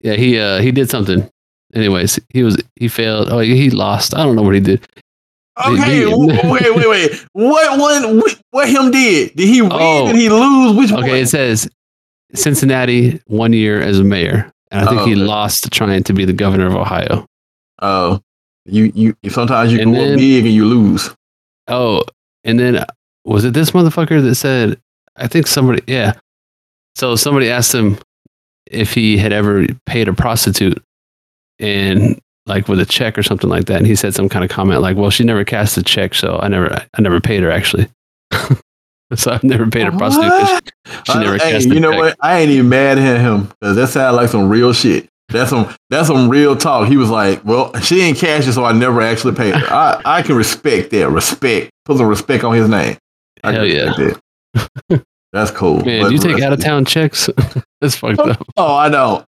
Speaker 2: yeah, he uh he did something. Anyways, he was he failed. Oh, he lost. I don't know what he did.
Speaker 1: Okay,
Speaker 2: Did-
Speaker 1: w- wait, wait, wait. What one? What, what him did? Did he win?
Speaker 2: Oh.
Speaker 1: Did he lose? Which one?
Speaker 2: Okay, it says Cincinnati one year as a mayor, and I think
Speaker 1: Oh,
Speaker 2: he
Speaker 1: okay.
Speaker 2: lost to trying to be the governor of Ohio.
Speaker 1: Oh, you you. Sometimes you
Speaker 2: And
Speaker 1: go up
Speaker 2: then-
Speaker 1: big and you lose.
Speaker 2: Oh, and then was it this motherfucker that said? I think somebody. Yeah. So somebody asked him if he had ever paid a prostitute, and like with a check or something like that, and he said some kind of comment like, "Well, she never cast a check, so I never, I never paid her actually." so I've never paid a prostitute. 'cause
Speaker 1: What?
Speaker 2: She, she never
Speaker 1: Uh,
Speaker 2: cast
Speaker 1: hey,
Speaker 2: a
Speaker 1: you know
Speaker 2: check.
Speaker 1: what? I ain't even mad at him because that sounds like some real shit. That's some that's some real talk. He was like, "Well, she ain't cash it, so I never actually paid her." I, I can respect that. Respect. Put some respect on his name. I
Speaker 2: Hell
Speaker 1: can
Speaker 2: yeah.
Speaker 1: respect that. That's cool.
Speaker 2: Man,
Speaker 1: But
Speaker 2: do you take
Speaker 1: rest-
Speaker 2: out of town checks? That's fucked up.
Speaker 1: Oh, I know.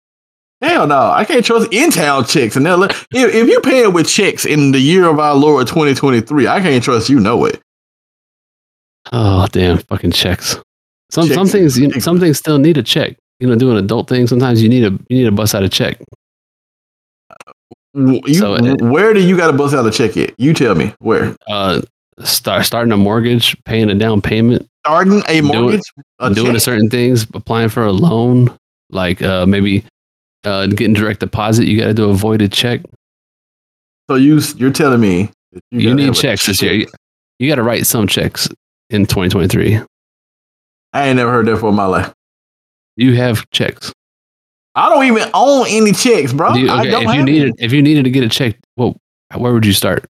Speaker 1: Hell no, I can't trust in-town chicks. And they'll let- if, if you pay it with chicks in the year of our Lord 2023, I can't trust you. Know it.
Speaker 2: Oh damn, fucking checks. Some some
Speaker 1: Checks
Speaker 2: things
Speaker 1: is
Speaker 2: you know, some things still need a check. You know, doing adult things sometimes you need a you need to bust out a check.
Speaker 1: W- You,
Speaker 2: So uh, it-
Speaker 1: where do you got to bust out a check at? You tell me where.
Speaker 2: Uh, start starting a mortgage, paying a down payment,
Speaker 1: Starting a mortgage, a
Speaker 2: doing
Speaker 1: check?
Speaker 2: a certain things, applying for a loan, like uh, maybe uh, getting direct deposit. You got to do a voided check.
Speaker 1: So you you're telling me that
Speaker 2: You,
Speaker 1: gotta
Speaker 2: need
Speaker 1: have a
Speaker 2: checks this
Speaker 1: check.
Speaker 2: year. You, you got to write some checks in 2023.
Speaker 1: I ain't never heard that for my life.
Speaker 2: You have checks.
Speaker 1: I don't even own any checks, bro.
Speaker 2: Do you-
Speaker 1: Oh, I
Speaker 2: okay,
Speaker 1: don't
Speaker 2: if you
Speaker 1: have
Speaker 2: needed if you needed to get a check, well, where would you start?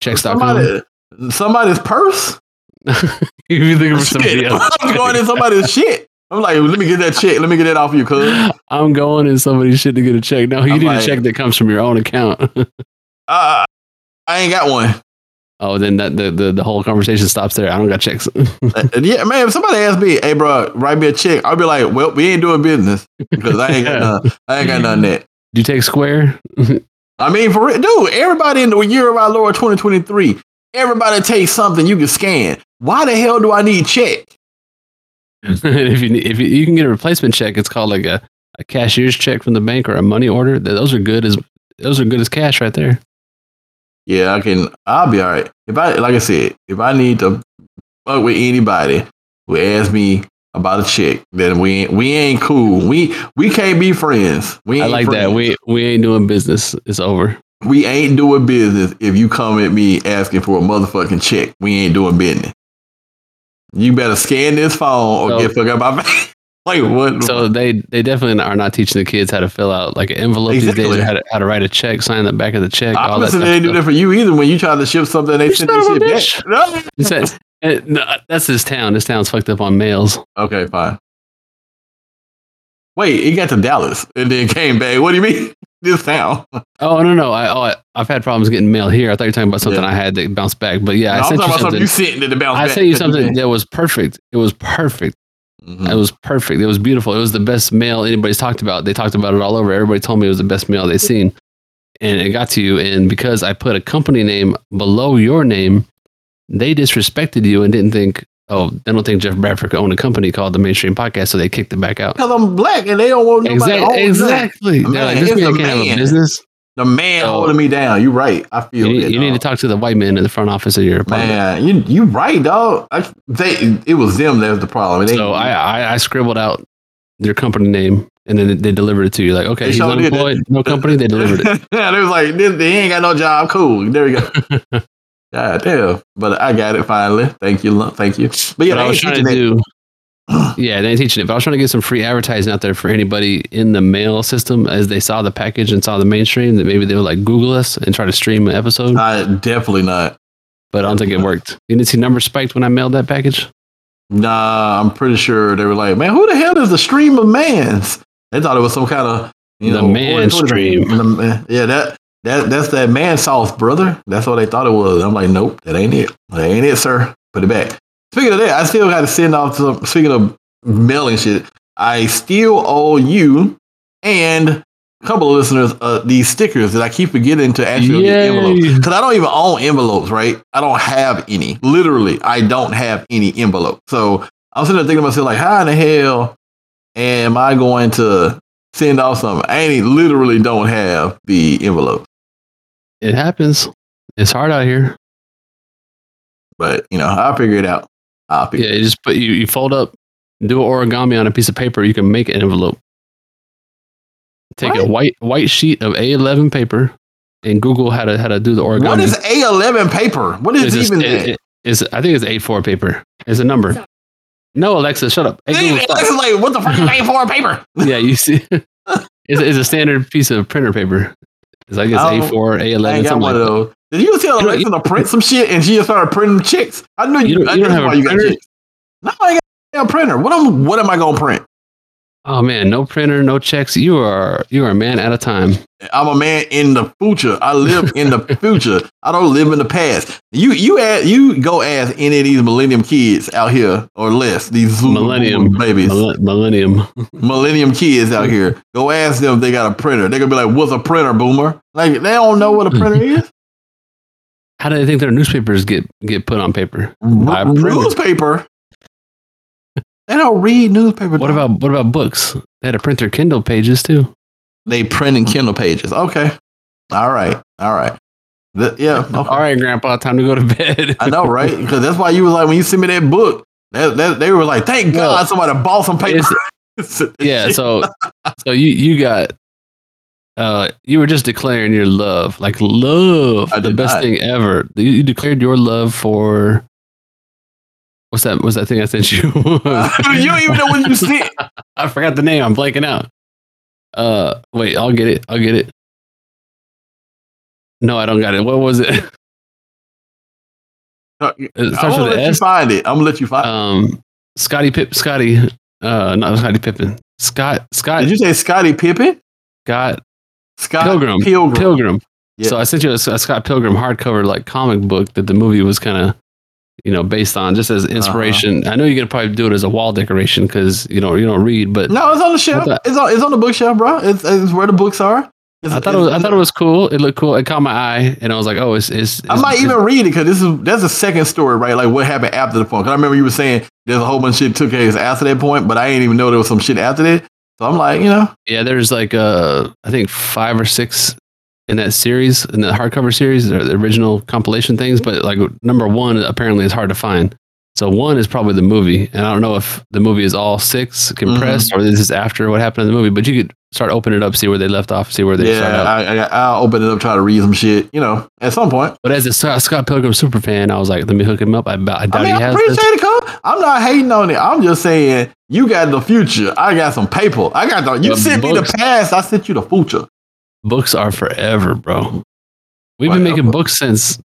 Speaker 2: Checks.com.
Speaker 1: somebody, somebody's purse.
Speaker 2: You'd be looking for somebody
Speaker 1: Shit.
Speaker 2: else.
Speaker 1: I'm going in somebody's shit. I'm like, let me get that check. Let me get that off you, cuz.
Speaker 2: I'm going in somebody's shit to get a check. No, you
Speaker 1: I'm
Speaker 2: need
Speaker 1: like-
Speaker 2: a check that comes from your own account.
Speaker 1: Uh, I ain't got one.
Speaker 2: oh, then that the, the the whole conversation stops there. I don't got checks.
Speaker 1: Uh, yeah, man. If somebody asked me, "Hey, bro, write me a check," I'll be like, "Well, we ain't doing business because I ain't got none. I ain't got none that."
Speaker 2: Do you take Square?
Speaker 1: I mean, for real, dude, everybody in the year of our Lord 2023, everybody takes something you can scan. Why the hell do I need check?
Speaker 2: if you need, if you, you can get a replacement check, it's called like a, a cashier's check from the bank or a money order. Th- Those are good as those are good as cash right there.
Speaker 1: Yeah, I can. I'll be all right. If I, like I said, if I need to fuck with anybody who asks me about a check, then we ain't, we ain't cool. We we can't be friends. We
Speaker 2: I
Speaker 1: ain't
Speaker 2: like that.
Speaker 1: friends.
Speaker 2: We we ain't doing business. It's over.
Speaker 1: we ain't doing business if you come at me asking for a motherfucking check. We ain't doing business. You better scan this phone or
Speaker 2: So-
Speaker 1: get fucked up my face. like what?
Speaker 2: So they they definitely are not teaching the kids how to fill out like an envelope these
Speaker 1: Exactly.
Speaker 2: days, or how to, how to write a check, sign the back of the check. all that
Speaker 1: Obviously,
Speaker 2: type
Speaker 1: they
Speaker 2: of
Speaker 1: ain't do
Speaker 2: stuff.
Speaker 1: that for you either. When you try to ship something, they
Speaker 2: You
Speaker 1: send that
Speaker 2: son of a
Speaker 1: shit back.
Speaker 2: He said- eh, no, that's his town. This town's fucked up on mails.
Speaker 1: No. Okay, fine. Wait, it got to Dallas and then came back. What do you mean? This town.
Speaker 2: Oh no no! I oh, I, I've had problems getting mail here. I thought you were talking about something
Speaker 1: Yeah.
Speaker 2: I had that bounced back. But
Speaker 1: No,
Speaker 2: yeah, I
Speaker 1: I'm talking
Speaker 2: sent you
Speaker 1: about
Speaker 2: something.
Speaker 1: something you sent that bounced
Speaker 2: I
Speaker 1: back.
Speaker 2: sent you something Mm-hmm. that was perfect. It was perfect.
Speaker 1: Mhm.
Speaker 2: It was perfect. It was beautiful. It was the best mail anybody's talked about. They talked about it all over. Everybody told me it was the best mail they'd seen, and it got to you. And because I put a company name below your name, they disrespected you and didn't think. Oh, they don't think Jeff Bradford could own a company called the Mainstream Podcast, so they kicked it back out.
Speaker 1: Because I'm black and they don't want nobody
Speaker 2: Exactly.
Speaker 1: owning nothing.
Speaker 2: exactly. They're
Speaker 1: Man,
Speaker 2: like, this
Speaker 1: it's
Speaker 2: man
Speaker 1: a
Speaker 2: can't have
Speaker 1: man.
Speaker 2: a business.
Speaker 1: The man
Speaker 2: So-
Speaker 1: holding me down. You right. I feel
Speaker 2: You, need,
Speaker 1: it,
Speaker 2: you need
Speaker 1: dog.
Speaker 2: to talk to the white man in the front office of your apartment.
Speaker 1: Man, you you right, dog. I, they it was them that was the problem. They,
Speaker 2: so I, I, I scribbled out their company name and then they delivered it to you. Like, okay,
Speaker 1: They
Speaker 2: he's
Speaker 1: sure did that.
Speaker 2: unemployed, no company. They delivered it.
Speaker 1: yeah, they was like, this, they ain't got no job. Cool. There we go. God damn. But I got it finally. Thank you. lo- Thank you. But yeah,
Speaker 2: What I
Speaker 1: they
Speaker 2: was
Speaker 1: ain't
Speaker 2: trying
Speaker 1: teaching
Speaker 2: to
Speaker 1: that.
Speaker 2: do Yeah, they ain't teaching it. But I was trying to get some free advertising out there for anybody in the mail system as they saw the package and saw the mainstream that maybe they would like Google us and try to stream an episode.
Speaker 1: I definitely not.
Speaker 2: but I don't think it worked. You didn't see numbers spiked when I mailed that package.
Speaker 1: Nah, I'm pretty sure they were like, man, who the hell is the stream of man's? They thought it was some kind of you
Speaker 2: The
Speaker 1: know
Speaker 2: man
Speaker 1: what- what-
Speaker 2: stream.
Speaker 1: the man- yeah, that that that's that man sauce, brother. That's what they thought it was. I'm like, nope, that ain't it. That ain't it, sir. Put it back. Speaking of that, I still got to send off some. Speaking of mailing shit, I still owe you and a couple of listeners uh, these stickers that I keep forgetting to actually get
Speaker 2: Yay.
Speaker 1: envelopes because I don't even own envelopes, right? I don't have any. Literally, I don't have any envelope. So I'm sitting there thinking to myself, like, how in the hell am I going to send off something? I ain't literally don't have the envelope.
Speaker 2: It happens. It's hard out here.
Speaker 1: But you know, I'll figure it out. I'll figure
Speaker 2: Yeah, you just put you, you fold up, do an origami on a piece of paper. You can make an envelope. Take a
Speaker 1: What?
Speaker 2: white white sheet of A11 paper and Google how to how to do the origami.
Speaker 1: What is A11 paper? What is
Speaker 2: It's a-
Speaker 1: even
Speaker 2: it-
Speaker 1: that?
Speaker 2: it- it's- I think it's A4 paper. It's a number. No, Alexa, shut up. Hey, Google,
Speaker 1: Dude,
Speaker 2: stop.
Speaker 1: this is like, what the fuck is A4 paper?
Speaker 2: yeah, you see, it's, it's a standard piece of printer paper. It's like it's
Speaker 1: I don't-
Speaker 2: A4,
Speaker 1: Oh, I
Speaker 2: A11,
Speaker 1: ain't got
Speaker 2: something
Speaker 1: one
Speaker 2: like
Speaker 1: of
Speaker 2: that.
Speaker 1: those. Did you tell
Speaker 2: You don't-
Speaker 1: Alexa to print some shit and she just started printing chicks? I knew
Speaker 2: You
Speaker 1: you,
Speaker 2: don't-
Speaker 1: I
Speaker 2: you
Speaker 1: knew
Speaker 2: don't have
Speaker 1: why
Speaker 2: a
Speaker 1: you got
Speaker 2: printer?
Speaker 1: chicks. No, I ain't got a printer. What am what am I gonna print?
Speaker 2: Oh man, no printer, no checks. You are you are a man out of time.
Speaker 1: I'm a man in the future. I live in the future. I don't live in the past. You you ask, you go ask any of these millennium kids out here or less these Zulu
Speaker 2: Millennium.
Speaker 1: babies,
Speaker 2: Mill- Millennium.
Speaker 1: millennium kids out here. Go ask them if they got a printer. They're gonna be like, "What's a printer, boomer?" Like they don't know what a printer is.
Speaker 2: How do they think their newspapers get get put on paper? Buy a
Speaker 1: Re-
Speaker 2: printer.
Speaker 1: Newspaper. They don't read newspaper.
Speaker 2: What about what about books? They had to print their Kindle pages too.
Speaker 1: they print in Kindle pages? Okay, all right, all right. The- yeah, okay.
Speaker 2: All right, Grandpa, time to go to bed.
Speaker 1: I know, right? Because that's why you was like, when you sent me that book, that, that they were like, thank
Speaker 2: Well,
Speaker 1: God somebody bought some paper.
Speaker 2: yeah, so so you you got uh you were just declaring your love, like love,
Speaker 1: I
Speaker 2: the
Speaker 1: did
Speaker 2: best
Speaker 1: not.
Speaker 2: thing ever. You, you declared your love for what's that? What's that thing I sent you?
Speaker 1: you don't even know what you sent.
Speaker 2: I forgot the name. I'm blanking out. Uh, wait. I'll get it. I'll get it. No, I don't got it. What was it? It
Speaker 1: I'm
Speaker 2: starts
Speaker 1: gonna
Speaker 2: with an
Speaker 1: let you
Speaker 2: S.
Speaker 1: find it. I'm gonna let you find.
Speaker 2: Um, Scotty Pip. Scotty. Uh, not Scotty Pippen. Scott. Scott.
Speaker 1: it. Did you say Scotty Pippen?
Speaker 2: Scott
Speaker 1: Scott
Speaker 2: Pilgrim.
Speaker 1: Pilgrim.
Speaker 2: Pilgrim.
Speaker 1: Yeah.
Speaker 2: So I sent you a, a Scott Pilgrim hardcover like comic book that the movie was kind of, you know, based on just
Speaker 1: Uh-huh.
Speaker 2: as inspiration. I know you could probably do it as a wall decoration because you don't you don't read, but
Speaker 1: No, it's on the shelf.
Speaker 2: What
Speaker 1: It's on. It's on the bookshelf, bro. It's, it's where the books are. It's-
Speaker 2: I thought it was, I thought it was cool. It looked cool. It caught my eye, and I was like, oh, it's it's.
Speaker 1: I
Speaker 2: it's-
Speaker 1: might
Speaker 2: it's-
Speaker 1: even read it because this is that's the second story, right? Like what happened after the point. 'Cause I remember you were saying there's a whole bunch of shit took place after that point, but I didn't even know there was some shit after that. So I'm like, you know,
Speaker 2: Yeah, there's like uh, I think five or six in that series, in the hardcover series, or the original compilation things. But like number one apparently is hard to find. So one is probably the movie, and I don't know if the movie is all six compressed
Speaker 1: Mm-hmm.
Speaker 2: or this is after what happened in the movie. But you could start opening it up, see where they left off, see where they started.
Speaker 1: yeah,
Speaker 2: out.
Speaker 1: I, I, I'll open it up, try to read some shit, you know, at some point.
Speaker 2: But as a Scott, Scott Pilgrim super fan, I was like, let me hook him up. I, b- I doubt
Speaker 1: I mean,
Speaker 2: he
Speaker 1: I
Speaker 2: has
Speaker 1: appreciate
Speaker 2: this.
Speaker 1: it, cuz. I'm not hating on it. I'm just saying you got the future. I got some paper. I got the. You
Speaker 2: The
Speaker 1: sent me
Speaker 2: books.
Speaker 1: the past. I sent you the future.
Speaker 2: Books are forever, bro. We've
Speaker 1: Forever.
Speaker 2: been making books since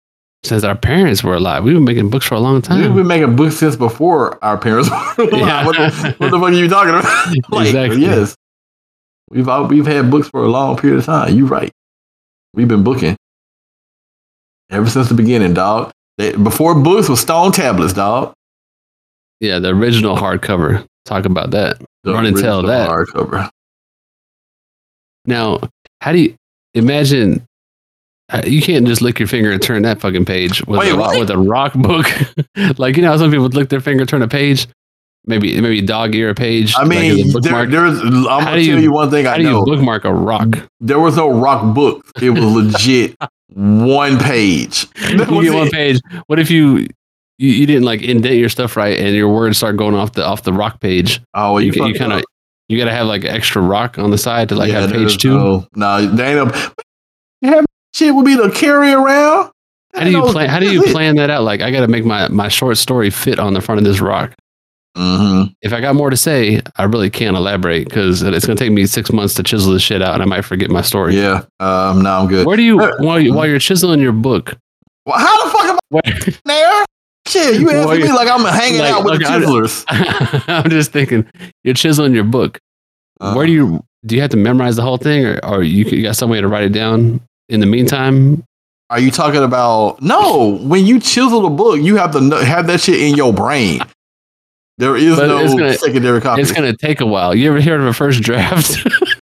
Speaker 2: since our parents were alive. We've been making books for a long time.
Speaker 1: We've been making books since before our parents were alive.
Speaker 2: Yeah.
Speaker 1: What, the- what the fuck are you talking about? Like,
Speaker 2: Exactly.
Speaker 1: Yes, we've all, we've had books for a long period of time. You right. We've been booking ever since the beginning, dog. Before books was stone tablets, dog.
Speaker 2: Yeah, the original hardcover. Talk about that.
Speaker 1: The
Speaker 2: Run and tell
Speaker 1: original
Speaker 2: that.
Speaker 1: hardcover.
Speaker 2: Now, how do you imagine? uh, You can't just lick your finger and turn that fucking page with,
Speaker 1: Wait,
Speaker 2: a,
Speaker 1: what?
Speaker 2: with a rock book. like you know, how some people lick their finger, turn a page, maybe maybe dog ear a page.
Speaker 1: I
Speaker 2: like as a
Speaker 1: mean, there,
Speaker 2: bookmark.
Speaker 1: there's. I'm
Speaker 2: How
Speaker 1: gonna
Speaker 2: do
Speaker 1: tell
Speaker 2: you-
Speaker 1: you one thing.
Speaker 2: how
Speaker 1: I
Speaker 2: do you
Speaker 1: know.
Speaker 2: bookmark a rock?
Speaker 1: There was no rock book. It was legit one page. That
Speaker 2: you
Speaker 1: was
Speaker 2: get one
Speaker 1: it.
Speaker 2: page. What if you? You, you didn't like indent your stuff right, and your words start going off the off the rock page.
Speaker 1: Oh, well,
Speaker 2: you
Speaker 1: you,
Speaker 2: ca- you
Speaker 1: fucked
Speaker 2: kind of
Speaker 1: up.
Speaker 2: you gotta have like extra rock on the side to like
Speaker 1: Yeah,
Speaker 2: have
Speaker 1: there
Speaker 2: page
Speaker 1: is
Speaker 2: two.
Speaker 1: No, no, they ain't a, you have shit would be to carry around.
Speaker 2: How do you
Speaker 1: No,
Speaker 2: plan? How do
Speaker 1: that's
Speaker 2: you
Speaker 1: it.
Speaker 2: plan that out? Like, I got to make my my short story fit on the front of this rock.
Speaker 1: hmm
Speaker 2: If I got more to say, I really can't elaborate because it's going to take me six months to chisel this shit out, and I might forget my story.
Speaker 1: Yeah. uh, Um, now I'm good.
Speaker 2: Where do you
Speaker 1: Sure.
Speaker 2: while, you while you're chiseling your book?
Speaker 1: Well, how the fuck am
Speaker 2: Where,
Speaker 1: I there? Shit, you
Speaker 2: Well,
Speaker 1: answer me
Speaker 2: you-
Speaker 1: like I'm hanging
Speaker 2: like,
Speaker 1: out with
Speaker 2: look,
Speaker 1: the
Speaker 2: I-
Speaker 1: chiselers.
Speaker 2: I'm just thinking, you're chiseling your book.
Speaker 1: Uh-huh.
Speaker 2: Where do you do you have to memorize the whole thing, or, or you, you got some way to write it down in the meantime?
Speaker 1: Are you talking about? No, when you chisel a book, you have to kn- have that shit in your brain. There is
Speaker 2: But
Speaker 1: no
Speaker 2: it's gonna-
Speaker 1: secondary copy.
Speaker 2: It's going to take a while. You ever heard of a first draft?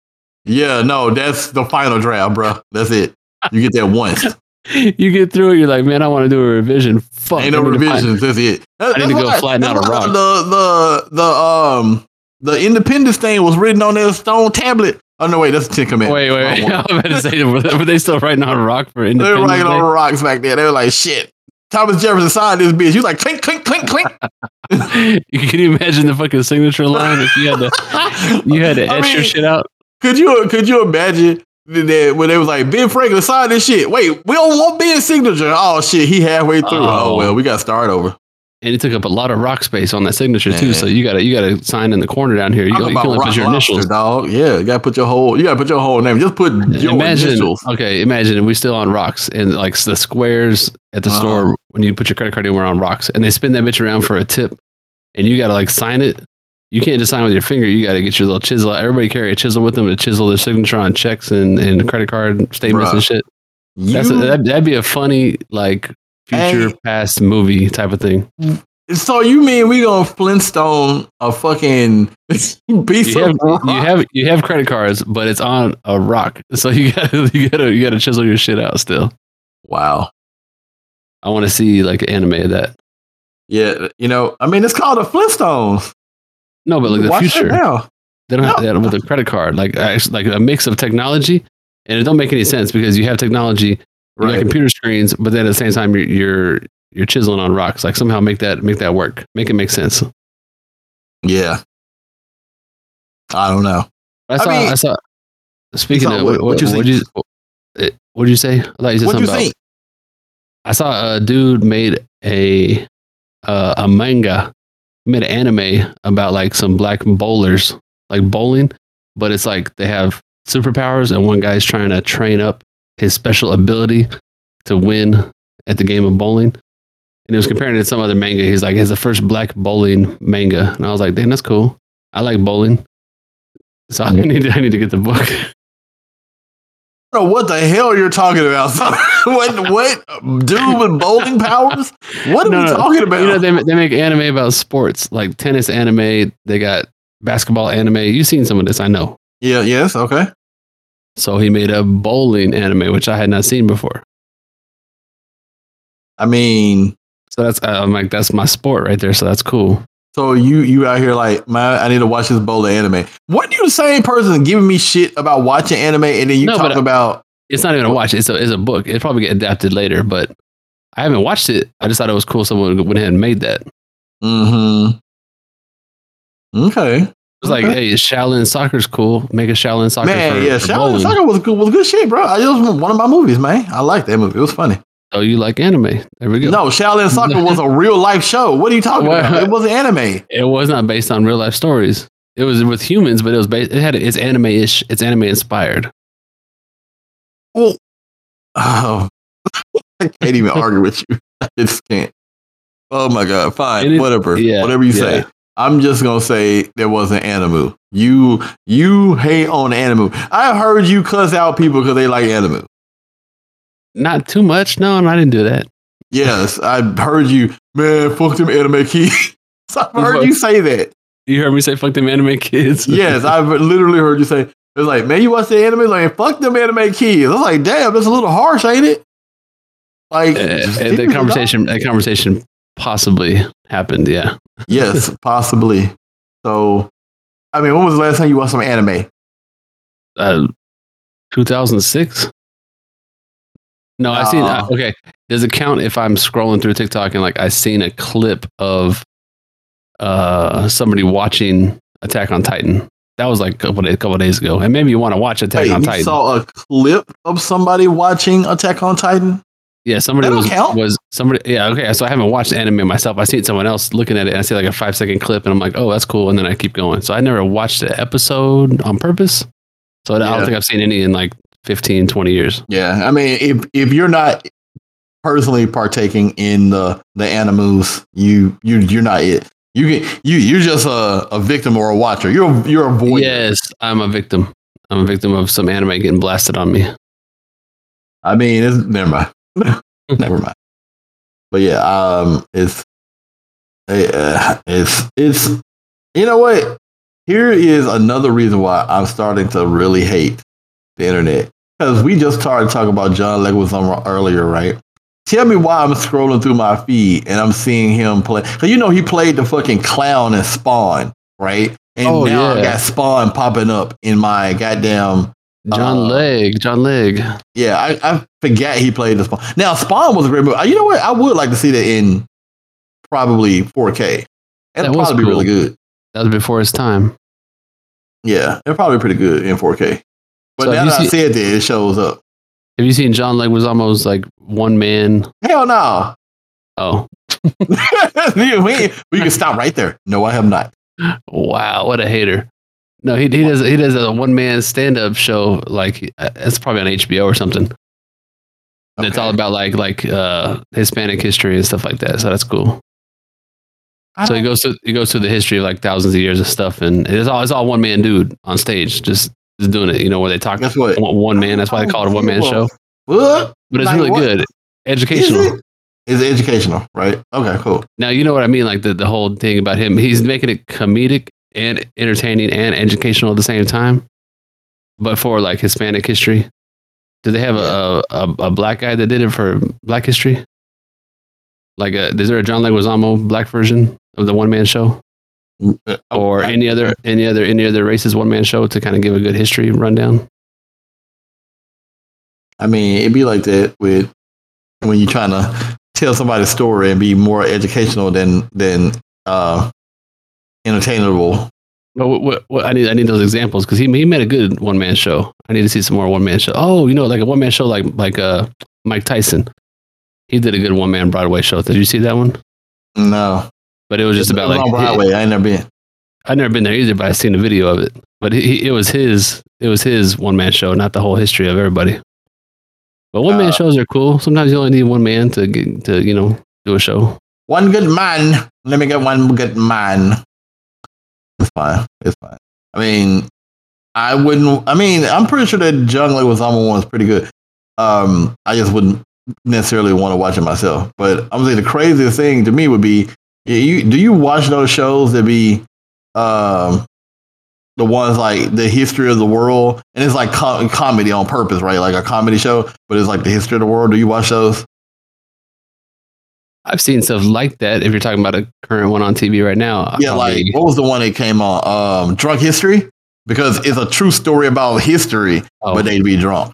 Speaker 1: yeah, no, that's the final draft, bro. That's it. You get that once.
Speaker 2: you get through it, you're like, man, I want to do a revision. Fuck,
Speaker 1: Ain't no
Speaker 2: I need to find-
Speaker 1: revisions. That's it. That-
Speaker 2: I need to
Speaker 1: that's
Speaker 2: go
Speaker 1: why-
Speaker 2: flatten
Speaker 1: that's
Speaker 2: out a
Speaker 1: why
Speaker 2: rock.
Speaker 1: The the the um the independence thing was written on that stone tablet. Oh no, wait, that's the Ten Commandments.
Speaker 2: Wait, wait,
Speaker 1: Wrong
Speaker 2: wait.
Speaker 1: one.
Speaker 2: I was about to say, were they- were they still writing on rock for
Speaker 1: They were
Speaker 2: Independence
Speaker 1: writing on
Speaker 2: Day?
Speaker 1: rocks back there. They were like, shit. Thomas Jefferson signed this bitch. You like clink, clink, clink, clink.
Speaker 2: Can you imagine the fucking signature line if you had to you had to etch
Speaker 1: I mean,
Speaker 2: your shit out?
Speaker 1: Could you could you imagine that when they was like Ben Franklin signed this shit? Wait, we don't want Ben's signature. Oh shit, he halfway through. Oh,
Speaker 2: Oh.
Speaker 1: well, we got to start over.
Speaker 2: And it took up a lot of rock space on that signature too.
Speaker 1: Man.
Speaker 2: So you gotta you gotta sign in the corner down here. You,
Speaker 1: Talk
Speaker 2: you can
Speaker 1: about
Speaker 2: only
Speaker 1: rock
Speaker 2: put your
Speaker 1: lobster,
Speaker 2: initials.
Speaker 1: dog. Yeah, you got to put your whole you got to put your whole name. Just put your
Speaker 2: imagine
Speaker 1: initials.
Speaker 2: okay, imagine we still on rocks and like the squares at the
Speaker 1: Uh-huh.
Speaker 2: store when you put your credit card in, we're on rocks and they spin that bitch around for a tip and you gotta like sign it. You can't just sign with your finger, you gotta get your little chisel. out. Everybody carry a chisel with them to chisel their signature on checks and, and credit card statements
Speaker 1: Bruh.
Speaker 2: and shit.
Speaker 1: You,
Speaker 2: That's a, that'd, that'd be a funny like future
Speaker 1: Hey.
Speaker 2: past movie type of thing.
Speaker 1: so you mean we gonna Flintstone a fucking piece
Speaker 2: You
Speaker 1: of
Speaker 2: have,
Speaker 1: rock?
Speaker 2: you have you have credit cards, but it's on a rock, so you gotta you gotta you gotta chisel your shit out. Still,
Speaker 1: wow.
Speaker 2: I want to see like an anime of that.
Speaker 1: Yeah, you know, I mean, it's called the Flintstones.
Speaker 2: No, but like the
Speaker 1: Watch that
Speaker 2: future,
Speaker 1: now.
Speaker 2: they don't have
Speaker 1: No.
Speaker 2: that with a credit card. Like actually, like a mix of technology, and it don't make any sense because you have technology, you got
Speaker 1: Right.
Speaker 2: computer screens, but then at the same time you're you're you're chiseling on rocks. Like somehow make that make that work, make it make sense.
Speaker 1: Yeah. I don't know.
Speaker 2: I saw. I,
Speaker 1: mean-
Speaker 2: saw. Speaking
Speaker 1: saw
Speaker 2: of
Speaker 1: what-
Speaker 2: what,
Speaker 1: what
Speaker 2: what,
Speaker 1: you
Speaker 2: what'd you eh, what'd you say? I thought you said
Speaker 1: What
Speaker 2: something
Speaker 1: you
Speaker 2: about.
Speaker 1: think?
Speaker 2: I saw a dude made a uh, a manga, made an anime about like some black bowlers, like bowling, but it's like they have superpowers, and one guy's trying to train up his special ability to win at the game of bowling. And it was comparing it to some other manga. He's like, it's the first black bowling manga, and I was like, damn, that's cool. I like bowling, so I need to, I need to get the book.
Speaker 1: I don't know what the hell you're talking about. son. what what dude with bowling powers? What are
Speaker 2: No,
Speaker 1: we
Speaker 2: no,
Speaker 1: talking about?
Speaker 2: You know, they, they make anime about sports, like tennis anime. They got basketball anime. You've seen some of this, I know.
Speaker 1: yeah, yes, okay.
Speaker 2: So he made a bowling anime, which I had not seen before.
Speaker 1: I mean,
Speaker 2: So that's, I'm like, that's my sport right there. So that's cool.
Speaker 1: so you you out here like, man, I need to watch this bowling anime. What you the same person giving me shit about watching anime and then you
Speaker 2: No,
Speaker 1: talk
Speaker 2: but- uh,
Speaker 1: about
Speaker 2: It's not even a watch. It's a, it's a book. It'll probably get adapted later, but I haven't watched it. I just thought it was cool someone went ahead and made that. It
Speaker 1: Mm-hmm. Okay.
Speaker 2: was like, hey, Shaolin soccer's cool. Make a Shaolin soccer
Speaker 1: man,
Speaker 2: for,
Speaker 1: yeah,
Speaker 2: for
Speaker 1: Shaolin
Speaker 2: bowling.
Speaker 1: Soccer was good was good shit, bro. I, it was one of my movies, man. I liked that movie. It was funny.
Speaker 2: So you like anime. There we go.
Speaker 1: No, Shaolin Soccer was a real life show. What are you talking
Speaker 2: What?
Speaker 1: about? It was an anime.
Speaker 2: It was not based on real life stories. It was with humans, but it was based. It had it's anime ish. It's anime inspired.
Speaker 1: Oh, I can't even argue with you. I just can't. Oh my god, fine,
Speaker 2: It is-
Speaker 1: whatever,
Speaker 2: yeah,
Speaker 1: whatever you say.
Speaker 2: yeah.
Speaker 1: I'm just gonna say there was an animu. You you hate on animu. I heard you cuss out people because they like animu.
Speaker 2: Not too much. No, no, I didn't do that.
Speaker 1: Yes, I heard you. Man, fuck them anime kids. I've heard you say that.
Speaker 2: You heard me say "fuck them anime kids."
Speaker 1: Yes, I've literally heard you say. It's like, man, you watch the anime, like, fuck them anime kids. I was like, damn, that's a little harsh, ain't it? Like,
Speaker 2: Uh,
Speaker 1: seriously,
Speaker 2: that
Speaker 1: dog?
Speaker 2: conversation. That conversation possibly happened. Yeah.
Speaker 1: yes, possibly. So, I mean, when was the last time you watched some anime?
Speaker 2: Uh, 2006. No, I seen.
Speaker 1: Nah.
Speaker 2: Uh, okay, does it count if I'm scrolling through TikTok and like I seen a clip of uh somebody watching Attack on Titan? That was like a couple days, couple days ago, and maybe you want to watch Attack
Speaker 1: Wait,
Speaker 2: on
Speaker 1: you
Speaker 2: Titan.
Speaker 1: saw a clip of somebody watching Attack on Titan?
Speaker 2: Yeah, somebody
Speaker 1: That'll
Speaker 2: was,
Speaker 1: count.
Speaker 2: was somebody. Yeah, okay. So I haven't watched anime myself. I seen someone else looking at it, and I see like a five second clip, and I'm like, oh, that's cool, and then I keep going. So I never watched the episode on purpose. So I
Speaker 1: Yeah.
Speaker 2: don't think I've seen any in like 15, 20 years.
Speaker 1: Yeah, I mean, if if you're not personally partaking in the the animus, you you you're not it. You get you you're just a, a victim or a watcher. You're a, you're a voyeur.
Speaker 2: Yes, I'm a victim. I'm a victim of some anime getting blasted on me.
Speaker 1: I mean, it's never mind. never mind. But yeah, um, it's eh, uh, it's it's you know what? Here is another reason why I'm starting to really hate the internet because we just started talking about John Leguizamo earlier, right? Tell me why I'm scrolling through my feed and I'm seeing him play. Cause you know he played the fucking clown in Spawn, right? And
Speaker 2: Oh,
Speaker 1: now I
Speaker 2: yeah.
Speaker 1: got Spawn popping up in my goddamn
Speaker 2: John
Speaker 1: Uh,
Speaker 2: Leg, John Leg.
Speaker 1: yeah, I, I forget he played the Spawn. Now Spawn was a great movie. Uh, You know what? I would like to see that in probably 4K. It'll
Speaker 2: That was
Speaker 1: probably be really good.
Speaker 2: That was before his time.
Speaker 1: Yeah, it'll probably be pretty good in 4K. But
Speaker 2: So
Speaker 1: now
Speaker 2: have you
Speaker 1: that I
Speaker 2: seen-
Speaker 1: said that, it shows up.
Speaker 2: Have you seen John Leguizamo's like one man?
Speaker 1: Hell no.
Speaker 2: Oh,
Speaker 1: we, we can stop right there. No, I have not.
Speaker 2: wow, what a hater! No, he he does he does a one man stand up show like uh, it's probably on HBO or something. That's
Speaker 1: Okay.
Speaker 2: all about like like uh Hispanic history and stuff like that. So that's cool.
Speaker 1: I
Speaker 2: So he
Speaker 1: don't-
Speaker 2: goes through he goes through the history of like thousands of years of stuff, and it's all it's all one man dude on stage just just doing it. You know where they talk
Speaker 1: Guess what?
Speaker 2: one, one man. That's why they call it a one man show.
Speaker 1: What?
Speaker 2: But it's
Speaker 1: Like
Speaker 2: really
Speaker 1: what?
Speaker 2: good,
Speaker 1: Is
Speaker 2: educational.
Speaker 1: it? It's educational, right? Okay, cool.
Speaker 2: Now you know what I mean, like the, the whole thing about him. He's making it comedic and entertaining and educational at the same time. But for like Hispanic history, did they have a, a, a black guy that did it for Black history? Like, a, is there a John Leguizamo black version of the one man show,
Speaker 1: Mm, uh,
Speaker 2: or
Speaker 1: Okay.
Speaker 2: any other any other any other racist one man show to kind of give a good history rundown?
Speaker 1: I mean, it'd be like that with when you're trying to tell somebody's story and be more educational than than uh, entertainable.
Speaker 2: No, what, what, what, I need I need those examples because he he made a good one man show. I need to see some more one man show. Oh, you know, like a one man show like like uh Mike Tyson. He did a good one man Broadway show. Did you see that one?
Speaker 1: No,
Speaker 2: But it was just
Speaker 1: It
Speaker 2: about
Speaker 1: was on
Speaker 2: like
Speaker 1: Broadway. I ain't never been.
Speaker 2: I've never been there either, but I seen a video of it. But he, he, it was his it was his one man show, not the whole history of everybody. But one man
Speaker 1: Uh,
Speaker 2: shows are cool. Sometimes you only need one man to get to you know do a show.
Speaker 1: One good man. Let me get one good man. It's fine. It's fine. I mean, I wouldn't. I mean, I'm pretty sure that John Leguizamo one is pretty good. Um, I just wouldn't necessarily want to watch it myself. But I'm gonna say the craziest thing to me would be, yeah, you do you watch those shows that be, um, the ones like the history of the world, and it's like com- comedy on purpose, right? Like a comedy show, but it's like the history of the world. Do you watch those?
Speaker 2: I've seen stuff like that. If you're talking about a current one on TV right now,
Speaker 1: Yeah,
Speaker 2: I'll
Speaker 1: like
Speaker 2: be-
Speaker 1: what was the one that came on? Um, drunk history because it's a true story about history,
Speaker 2: oh.
Speaker 1: but they'd be drunk.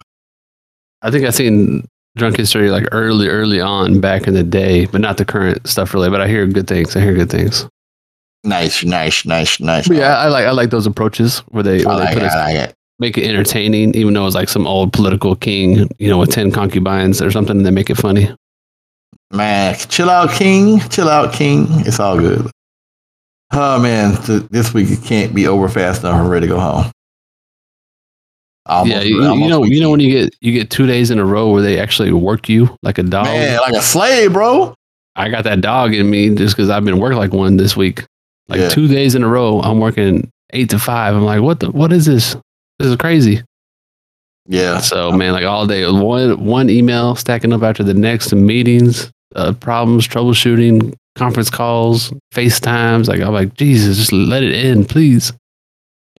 Speaker 2: I think I seen Drunk History like early, early on back in the day, but not the current stuff really. But I hear good things. I hear good things.
Speaker 1: Nice, nice, nice, nice.
Speaker 2: But yeah, I like I like those approaches where they,
Speaker 1: I
Speaker 2: where they
Speaker 1: like
Speaker 2: put
Speaker 1: it.
Speaker 2: us,
Speaker 1: I like it.
Speaker 2: make it entertaining, even though it's like some old political king, you know, with ten concubines or something, and they make it funny.
Speaker 1: Man, chill out, King. Chill out, King. It's all good. Oh man, th- this week it can't be over fast enough. I'm ready to go home. Almost-
Speaker 2: yeah, you,
Speaker 1: almost
Speaker 2: you know, you know when
Speaker 1: weekend.
Speaker 2: you get you get two days in a row where they actually work you like a dog.
Speaker 1: man, like a slave, bro.
Speaker 2: I got that dog in me just because I've been working like one this week, like
Speaker 1: Yeah.
Speaker 2: two days in a row. I'm working eight to five. I'm like, what the what is this? This is crazy.
Speaker 1: Yeah,
Speaker 2: So man, like all day, one one email stacking up after the next, meetings, uh, problems, troubleshooting, conference calls, FaceTimes. Like I'm like, Jesus, just let it end, please.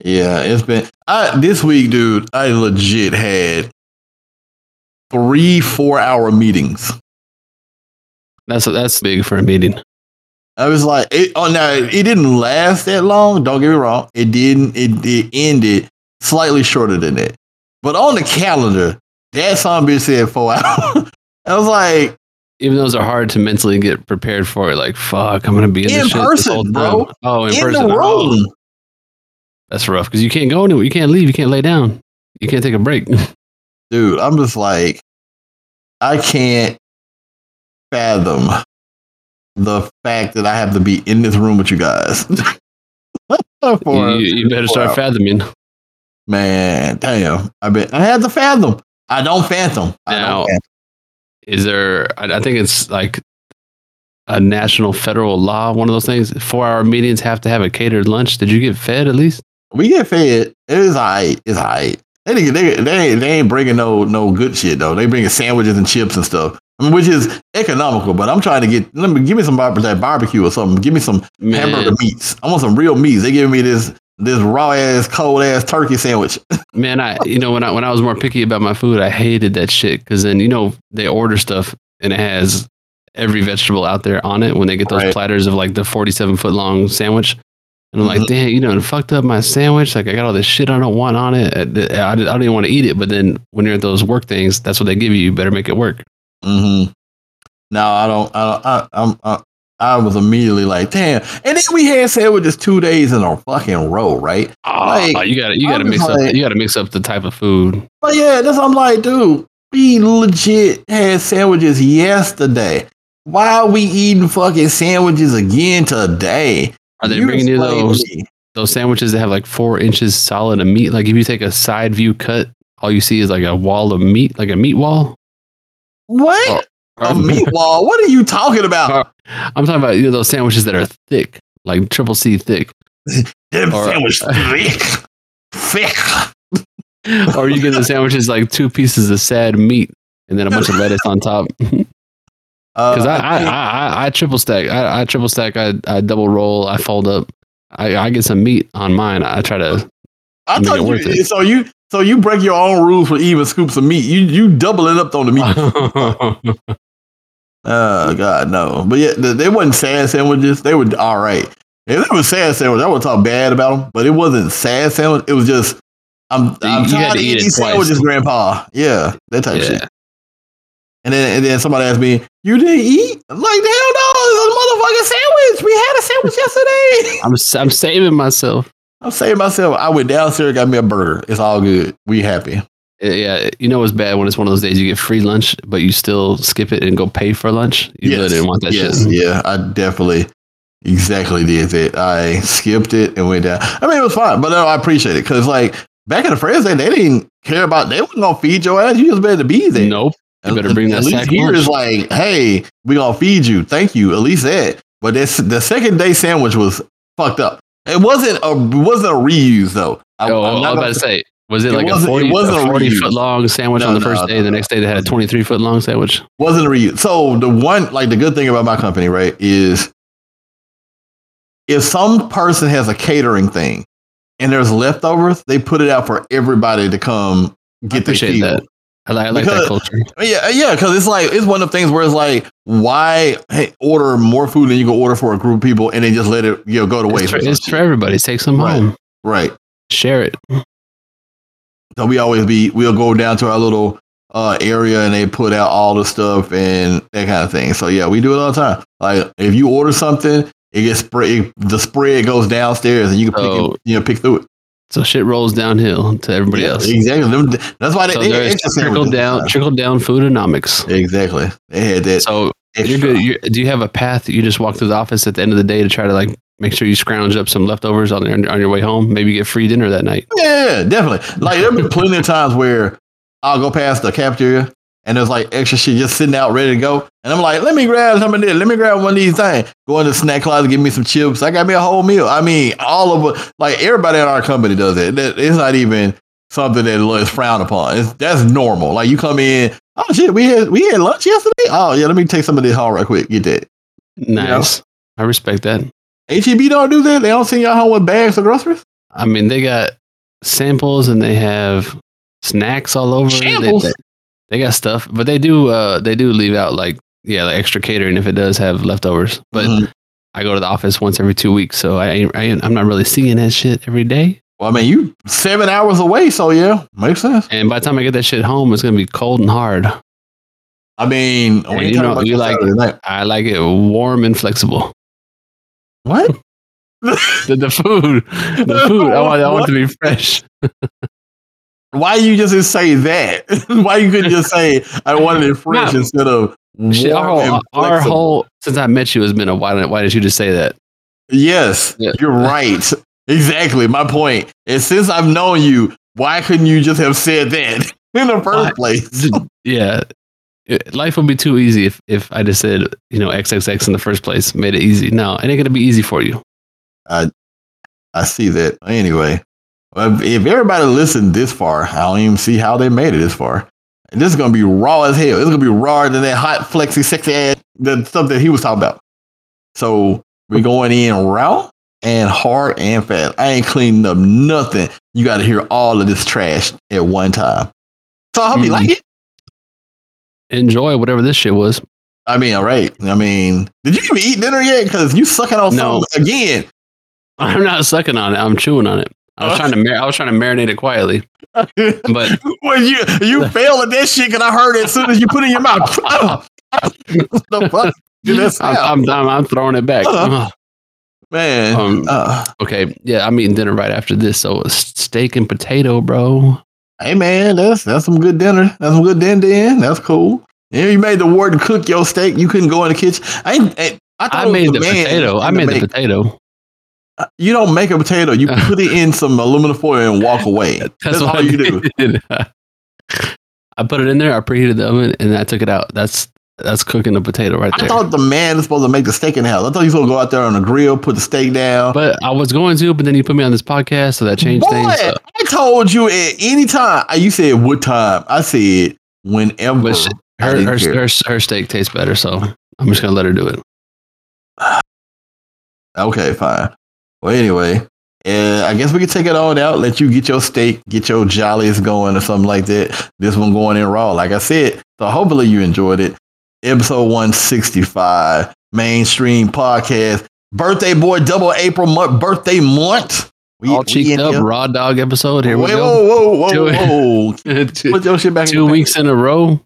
Speaker 1: Yeah, it's been I this week, dude, I legit had three four hour meetings.
Speaker 2: That's that's big for a meeting.
Speaker 1: I was like, it, oh no, it didn't last that long. Don't get me wrong. It didn't, it, it ended slightly shorter than that. But on the calendar, that song bitch said four hours. I was like,
Speaker 2: Even those are hard to mentally get prepared for it. Like, fuck, I'm gonna be in,
Speaker 1: In
Speaker 2: this shit this
Speaker 1: person,
Speaker 2: whole time.
Speaker 1: bro.
Speaker 2: Oh, in,
Speaker 1: in,
Speaker 2: person.
Speaker 1: the
Speaker 2: Oh,
Speaker 1: room.
Speaker 2: that's rough because you can't go anywhere. You can't leave. You can't lay down. You can't take a break.
Speaker 1: Dude, I'm just like, I can't fathom the fact that I have to be in this room with you guys. For-
Speaker 2: you, you better start
Speaker 1: for-
Speaker 2: fathoming.
Speaker 1: Man, damn. I bet I had to fathom. I don't phantom. I
Speaker 2: Now-
Speaker 1: don't phantom.
Speaker 2: Is there? I, I think it's like a national federal law. One of those things. Four-hour meetings have to have a catered lunch. Did you get fed at least?
Speaker 1: We get fed. It is alright. It's alright. They, didn't- they, they, ain't- they ain't bringing no no good shit though. They bringing sandwiches and chips and stuff. I mean, which is economical, but I'm trying to get let me give me some bar- that barbecue or something. Give me some hamburger
Speaker 2: Man,
Speaker 1: meats. I want some real meats. They giving me this this raw ass cold ass turkey sandwich.
Speaker 2: man, I you know when I when I was more picky about my food, I hated that shit because then you know they order stuff and it has every vegetable out there on it when they get those
Speaker 1: Right.
Speaker 2: platters of like the forty-seven foot long sandwich. And I'm like,
Speaker 1: Mhm.
Speaker 2: damn, you know, it fucked up my sandwich. Like, I got all this shit I don't want on it. I, I, I don't even want to eat it. But then when you're at those work things, that's what they give you. You better make it work.
Speaker 1: Mm-hmm. No, I don't. I don't. I, I'm. I, I was immediately like, damn. And then we had sandwiches two days in a fucking row, right?
Speaker 2: Ah,
Speaker 1: Like,
Speaker 2: you gotta you
Speaker 1: I'm
Speaker 2: gotta
Speaker 1: just
Speaker 2: mix up
Speaker 1: like-
Speaker 2: you gotta mix up the type of food.
Speaker 1: But yeah, that's I'm like, dude, we legit had sandwiches yesterday. Why are we eating fucking sandwiches again today?
Speaker 2: Are they bringing you
Speaker 1: explain to
Speaker 2: those
Speaker 1: me.
Speaker 2: those sandwiches that have like four inches solid of meat? Like if you take a side view cut, all you see is like a wall of meat, like a meat wall.
Speaker 1: What?
Speaker 2: Or-
Speaker 1: a meatball? What are you talking about?
Speaker 2: I'm talking about you know, those sandwiches that are thick, like triple C thick.
Speaker 1: Them
Speaker 2: or-
Speaker 1: sandwich thick, thick.
Speaker 2: or you get the sandwiches like two pieces of sad meat and then a bunch of lettuce on top.
Speaker 1: Uh,
Speaker 2: Because I, I,
Speaker 1: think-
Speaker 2: I, I, I triple stack. I, I triple stack. I, I double roll. I fold up. I, I get some meat on mine. I try to.
Speaker 1: I
Speaker 2: make it
Speaker 1: thought
Speaker 2: worth
Speaker 1: you,
Speaker 2: it.
Speaker 1: so you so you break your own rules for even scoops of meat. You you double it up on the meat. Oh God, no! But yeah, th- they wasn't sad sandwiches. They were all right. If they were sad sandwich, I would talk bad about them. But it wasn't sad sandwich. It was just I'm
Speaker 2: You-
Speaker 1: I'm
Speaker 2: you had
Speaker 1: tired
Speaker 2: to
Speaker 1: of
Speaker 2: eat
Speaker 1: eating
Speaker 2: it
Speaker 1: these
Speaker 2: twice.
Speaker 1: sandwiches, Grandpa. Yeah, that type of
Speaker 2: yeah.
Speaker 1: shit. And then and then somebody asked me, "You didn't eat?" I'm like, "Hell no! It's a motherfucking sandwich. We had a sandwich yesterday."
Speaker 2: I'm s- I'm saving myself.
Speaker 1: I'm saying to myself, I went downstairs, got me a burger. It's all good. We happy.
Speaker 2: Uh, Yeah, you know it's bad when it's one of those days you get free lunch, but you still skip it and go pay for lunch. You
Speaker 1: Yes.
Speaker 2: really didn't want that
Speaker 1: yes,
Speaker 2: shit.
Speaker 1: yeah, I definitely exactly did that. I skipped it and went down. I mean, it was fine, but no, I appreciate it because like back in the first day, they didn't care about they wasn't gonna feed your ass. You just better be there.
Speaker 2: Nope. you better bring that
Speaker 1: At least
Speaker 2: sack
Speaker 1: here
Speaker 2: lunch.
Speaker 1: is like, hey, we gonna feed you. Thank you. At least that. But this the second day sandwich was fucked up. It wasn't a it wasn't a reuse though. I,
Speaker 2: oh,
Speaker 1: I'm
Speaker 2: I was
Speaker 1: not
Speaker 2: about
Speaker 1: gonna-
Speaker 2: to say, was it,
Speaker 1: It
Speaker 2: like a
Speaker 1: wasn't- it
Speaker 2: 40,
Speaker 1: wasn't
Speaker 2: a
Speaker 1: a
Speaker 2: 40
Speaker 1: reuse.
Speaker 2: foot long sandwich
Speaker 1: No,
Speaker 2: on the
Speaker 1: no,
Speaker 2: first
Speaker 1: no,
Speaker 2: day? The next day they had a 23 foot long sandwich.
Speaker 1: wasn't a reuse. So the one like the good thing about my company, right, is if some person has a catering thing and there's leftovers, they put it out for everybody to come
Speaker 2: I
Speaker 1: get their
Speaker 2: appreciate
Speaker 1: people.
Speaker 2: that. I like, I like that
Speaker 1: Because-
Speaker 2: culture.
Speaker 1: Yeah, uh, yeah, because it's like it's one of the things where it's like, why hey, order more food than you can order for a group of people and then just let it you know go to
Speaker 2: It's
Speaker 1: waste.
Speaker 2: for,
Speaker 1: or some
Speaker 2: it's
Speaker 1: shit.
Speaker 2: for everybody. Take some
Speaker 1: Right.
Speaker 2: home.
Speaker 1: right.
Speaker 2: Share it.
Speaker 1: So we always be we'll go down to our little uh area and they put out all the stuff and that kind of thing. So yeah, we do it all the time. Like if you order something, it gets spread. it- the spread goes downstairs and you can pick
Speaker 2: So-
Speaker 1: it, you know pick through it.
Speaker 2: So shit rolls downhill to everybody
Speaker 1: Yeah,
Speaker 2: else.
Speaker 1: Exactly. Them- That's why they,
Speaker 2: So
Speaker 1: they had
Speaker 2: there's
Speaker 1: extra
Speaker 2: trickle
Speaker 1: sandwiches
Speaker 2: down,
Speaker 1: this
Speaker 2: trickle down foodonomics.
Speaker 1: time. Exactly. They had that.
Speaker 2: So
Speaker 1: extra.
Speaker 2: You're good. You're, do you have a path that you just walk through the office at the end of the day to try to like make sure you scrounge up some leftovers on your, on your way home? Maybe you get free dinner that night.
Speaker 1: Yeah, definitely. Like there've been plenty of times where I'll go past the cafeteria and there's like extra shit just sitting out ready to go, and I'm like, let me grab some of this, let me grab one of these things. Go in the snack closet, give me some chips. I got me a whole meal. I mean, all of us, like everybody in our company does it. That- It's not even something that is frowned upon. It's, that's normal. Like you come in, oh shit, we had we had lunch yesterday. Oh yeah, let me take some of this home right quick. Get that.
Speaker 2: Nice. I respect that.
Speaker 1: HEB don't do that. They don't send y'all home with bags of groceries.
Speaker 2: I mean, they got samples and they have snacks all over. They-
Speaker 1: Shambles.
Speaker 2: They, they got stuff, but they do uh they do leave out like yeah like extra catering if it does have leftovers. But
Speaker 1: Mhm.
Speaker 2: I go to the office once every two weeks, so I ain't, I ain't, I'm not really seeing that shit every day.
Speaker 1: well, I mean, you seven hours away, so yeah, makes sense.
Speaker 2: And by the time I get that shit home, it's gonna be cold and hard.
Speaker 1: I mean, when
Speaker 2: you
Speaker 1: you, talk
Speaker 2: know,
Speaker 1: about
Speaker 2: you
Speaker 1: this
Speaker 2: like-
Speaker 1: Saturday night-
Speaker 2: I like it warm and flexible.
Speaker 1: what?
Speaker 2: the, the food, the food. I want, I want it to be fresh.
Speaker 1: Why you just didn't say that? Why you couldn't just say I wanted it fresh
Speaker 2: No.
Speaker 1: instead of warm
Speaker 2: Shit, our, whole,
Speaker 1: and
Speaker 2: our
Speaker 1: flexible?
Speaker 2: whole since I met you has been a why didn't why did you just say that?
Speaker 1: Yes,
Speaker 2: Yeah.
Speaker 1: you're right. Exactly my point. And since I've known you, why couldn't you just have said that in the first
Speaker 2: Why?
Speaker 1: place?
Speaker 2: D- yeah. It- Life would be too easy if, if I just said, you know, XXX in the first place, made it easy. No, it ain't gonna be easy for you.
Speaker 1: I see that. Anyway, if if everybody listened this far, I don't even see how they made it this far. And this is gonna be raw as hell. It's gonna be rawer than that hot, flexy, sexy ass the stuff that he was talking about. So we're going in raw and hard and fast. I ain't cleaning up nothing. You gotta hear all of this trash at one time. So I hope you
Speaker 2: Mhm.
Speaker 1: like it.
Speaker 2: Enjoy whatever this shit was.
Speaker 1: I mean, all right. I mean, did you even eat dinner yet? Because you sucking on
Speaker 2: No.
Speaker 1: something again.
Speaker 2: I'm not sucking on it. I'm chewing on it. I was trying to mar- I was trying to marinate it quietly, but
Speaker 1: Well, you you failed at that shit because I heard it as soon as you put it in your mouth. the fuck? Dude, that's
Speaker 2: I'm,
Speaker 1: loud.
Speaker 2: I'm, I'm, I'm throwing it back.
Speaker 1: Uh-huh. Man.
Speaker 2: Um,
Speaker 1: uh,
Speaker 2: okay, yeah, I'm eating dinner right after this. So it's steak and potato, bro.
Speaker 1: hey man, that's that's some good dinner. That's some good din din. That's cool. Yeah, you made the warden cook your steak. You couldn't go in the kitchen. I ain't, I, I thought
Speaker 2: I
Speaker 1: it was
Speaker 2: made the
Speaker 1: man
Speaker 2: potato. I
Speaker 1: in
Speaker 2: made
Speaker 1: make-
Speaker 2: the potato.
Speaker 1: You don't make a potato. You put it in some aluminum foil and walk away. That's, all
Speaker 2: I
Speaker 1: you do.
Speaker 2: did. I put it in there. I preheated the oven, and I took it out. That's that's cooking the potato right
Speaker 1: I
Speaker 2: there.
Speaker 1: thought the man is supposed to make the steak in the house. I thought you supposed to go out there on the grill, put the steak down.
Speaker 2: but I was going to, but then you put me on this podcast, so that changed
Speaker 1: Boy,
Speaker 2: things. So-
Speaker 1: I told you at any time. You said what time? I said whenever.
Speaker 2: But she-
Speaker 1: I
Speaker 2: her,
Speaker 1: didn't
Speaker 2: her,
Speaker 1: care.
Speaker 2: her her steak tastes better, so I'm just gonna let her do it.
Speaker 1: Okay, fine. Well, anyway, uh, I guess we can take it on out. Let you get your steak, get your jollies going, or something like that. This one going in raw, like I said. So hopefully you enjoyed it. Episode one sixty five, mainstream podcast, birthday boy, double April month, birthday month. We,
Speaker 2: All
Speaker 1: we
Speaker 2: cheeked
Speaker 1: in
Speaker 2: up,
Speaker 1: here.
Speaker 2: raw dog episode. Here we
Speaker 1: Wait,
Speaker 2: go.
Speaker 1: Whoa, whoa,
Speaker 2: Do
Speaker 1: whoa,
Speaker 2: it.
Speaker 1: whoa!
Speaker 2: two
Speaker 1: Put your shit back. in
Speaker 2: two
Speaker 1: the bag.
Speaker 2: weeks in a row.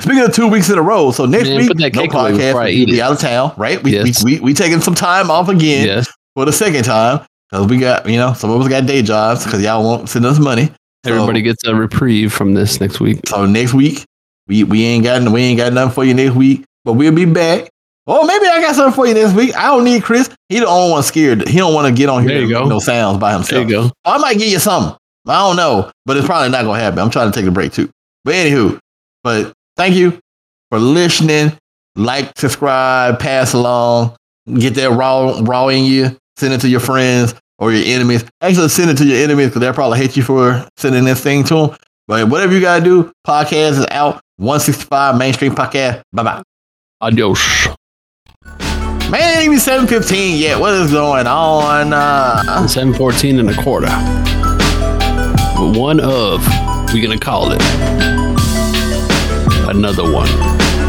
Speaker 1: Speaking of two weeks in a row, so next
Speaker 2: Man,
Speaker 1: week
Speaker 2: put that
Speaker 1: no
Speaker 2: cake away
Speaker 1: podcast.
Speaker 2: before I
Speaker 1: We
Speaker 2: eat
Speaker 1: be
Speaker 2: it.
Speaker 1: out of town, right? We,
Speaker 2: Yes.
Speaker 1: we, we we taking some time off again
Speaker 2: Yes.
Speaker 1: for the second time because we got you know some of us got day jobs because y'all won't send us money. So-
Speaker 2: Everybody gets a reprieve from this next week.
Speaker 1: So next week we we ain't got we ain't got nothing for you next week, but we'll be back. Oh, maybe I got something for you next week. I don't need Chris. He the only one scared. He don't want to get on here
Speaker 2: There you
Speaker 1: and
Speaker 2: go.
Speaker 1: make no sounds by
Speaker 2: There
Speaker 1: himself.
Speaker 2: you go.
Speaker 1: I might give you something. I don't know, but it's probably not gonna happen. I'm trying to take a break too. But anywho, but thank you for listening. Like, subscribe, pass along, get that raw raw in you. Send it to your friends or your enemies. Actually, send it to your enemies because they'll probably hate you for sending this thing to them. But whatever you gotta do, podcast is out. 165 mainstream podcast. Bye bye.
Speaker 2: Adios.
Speaker 1: Man, it ain't even 715 yet. What is going on? Uh,
Speaker 2: 714 and a quarter. One of, we're going to call it another one.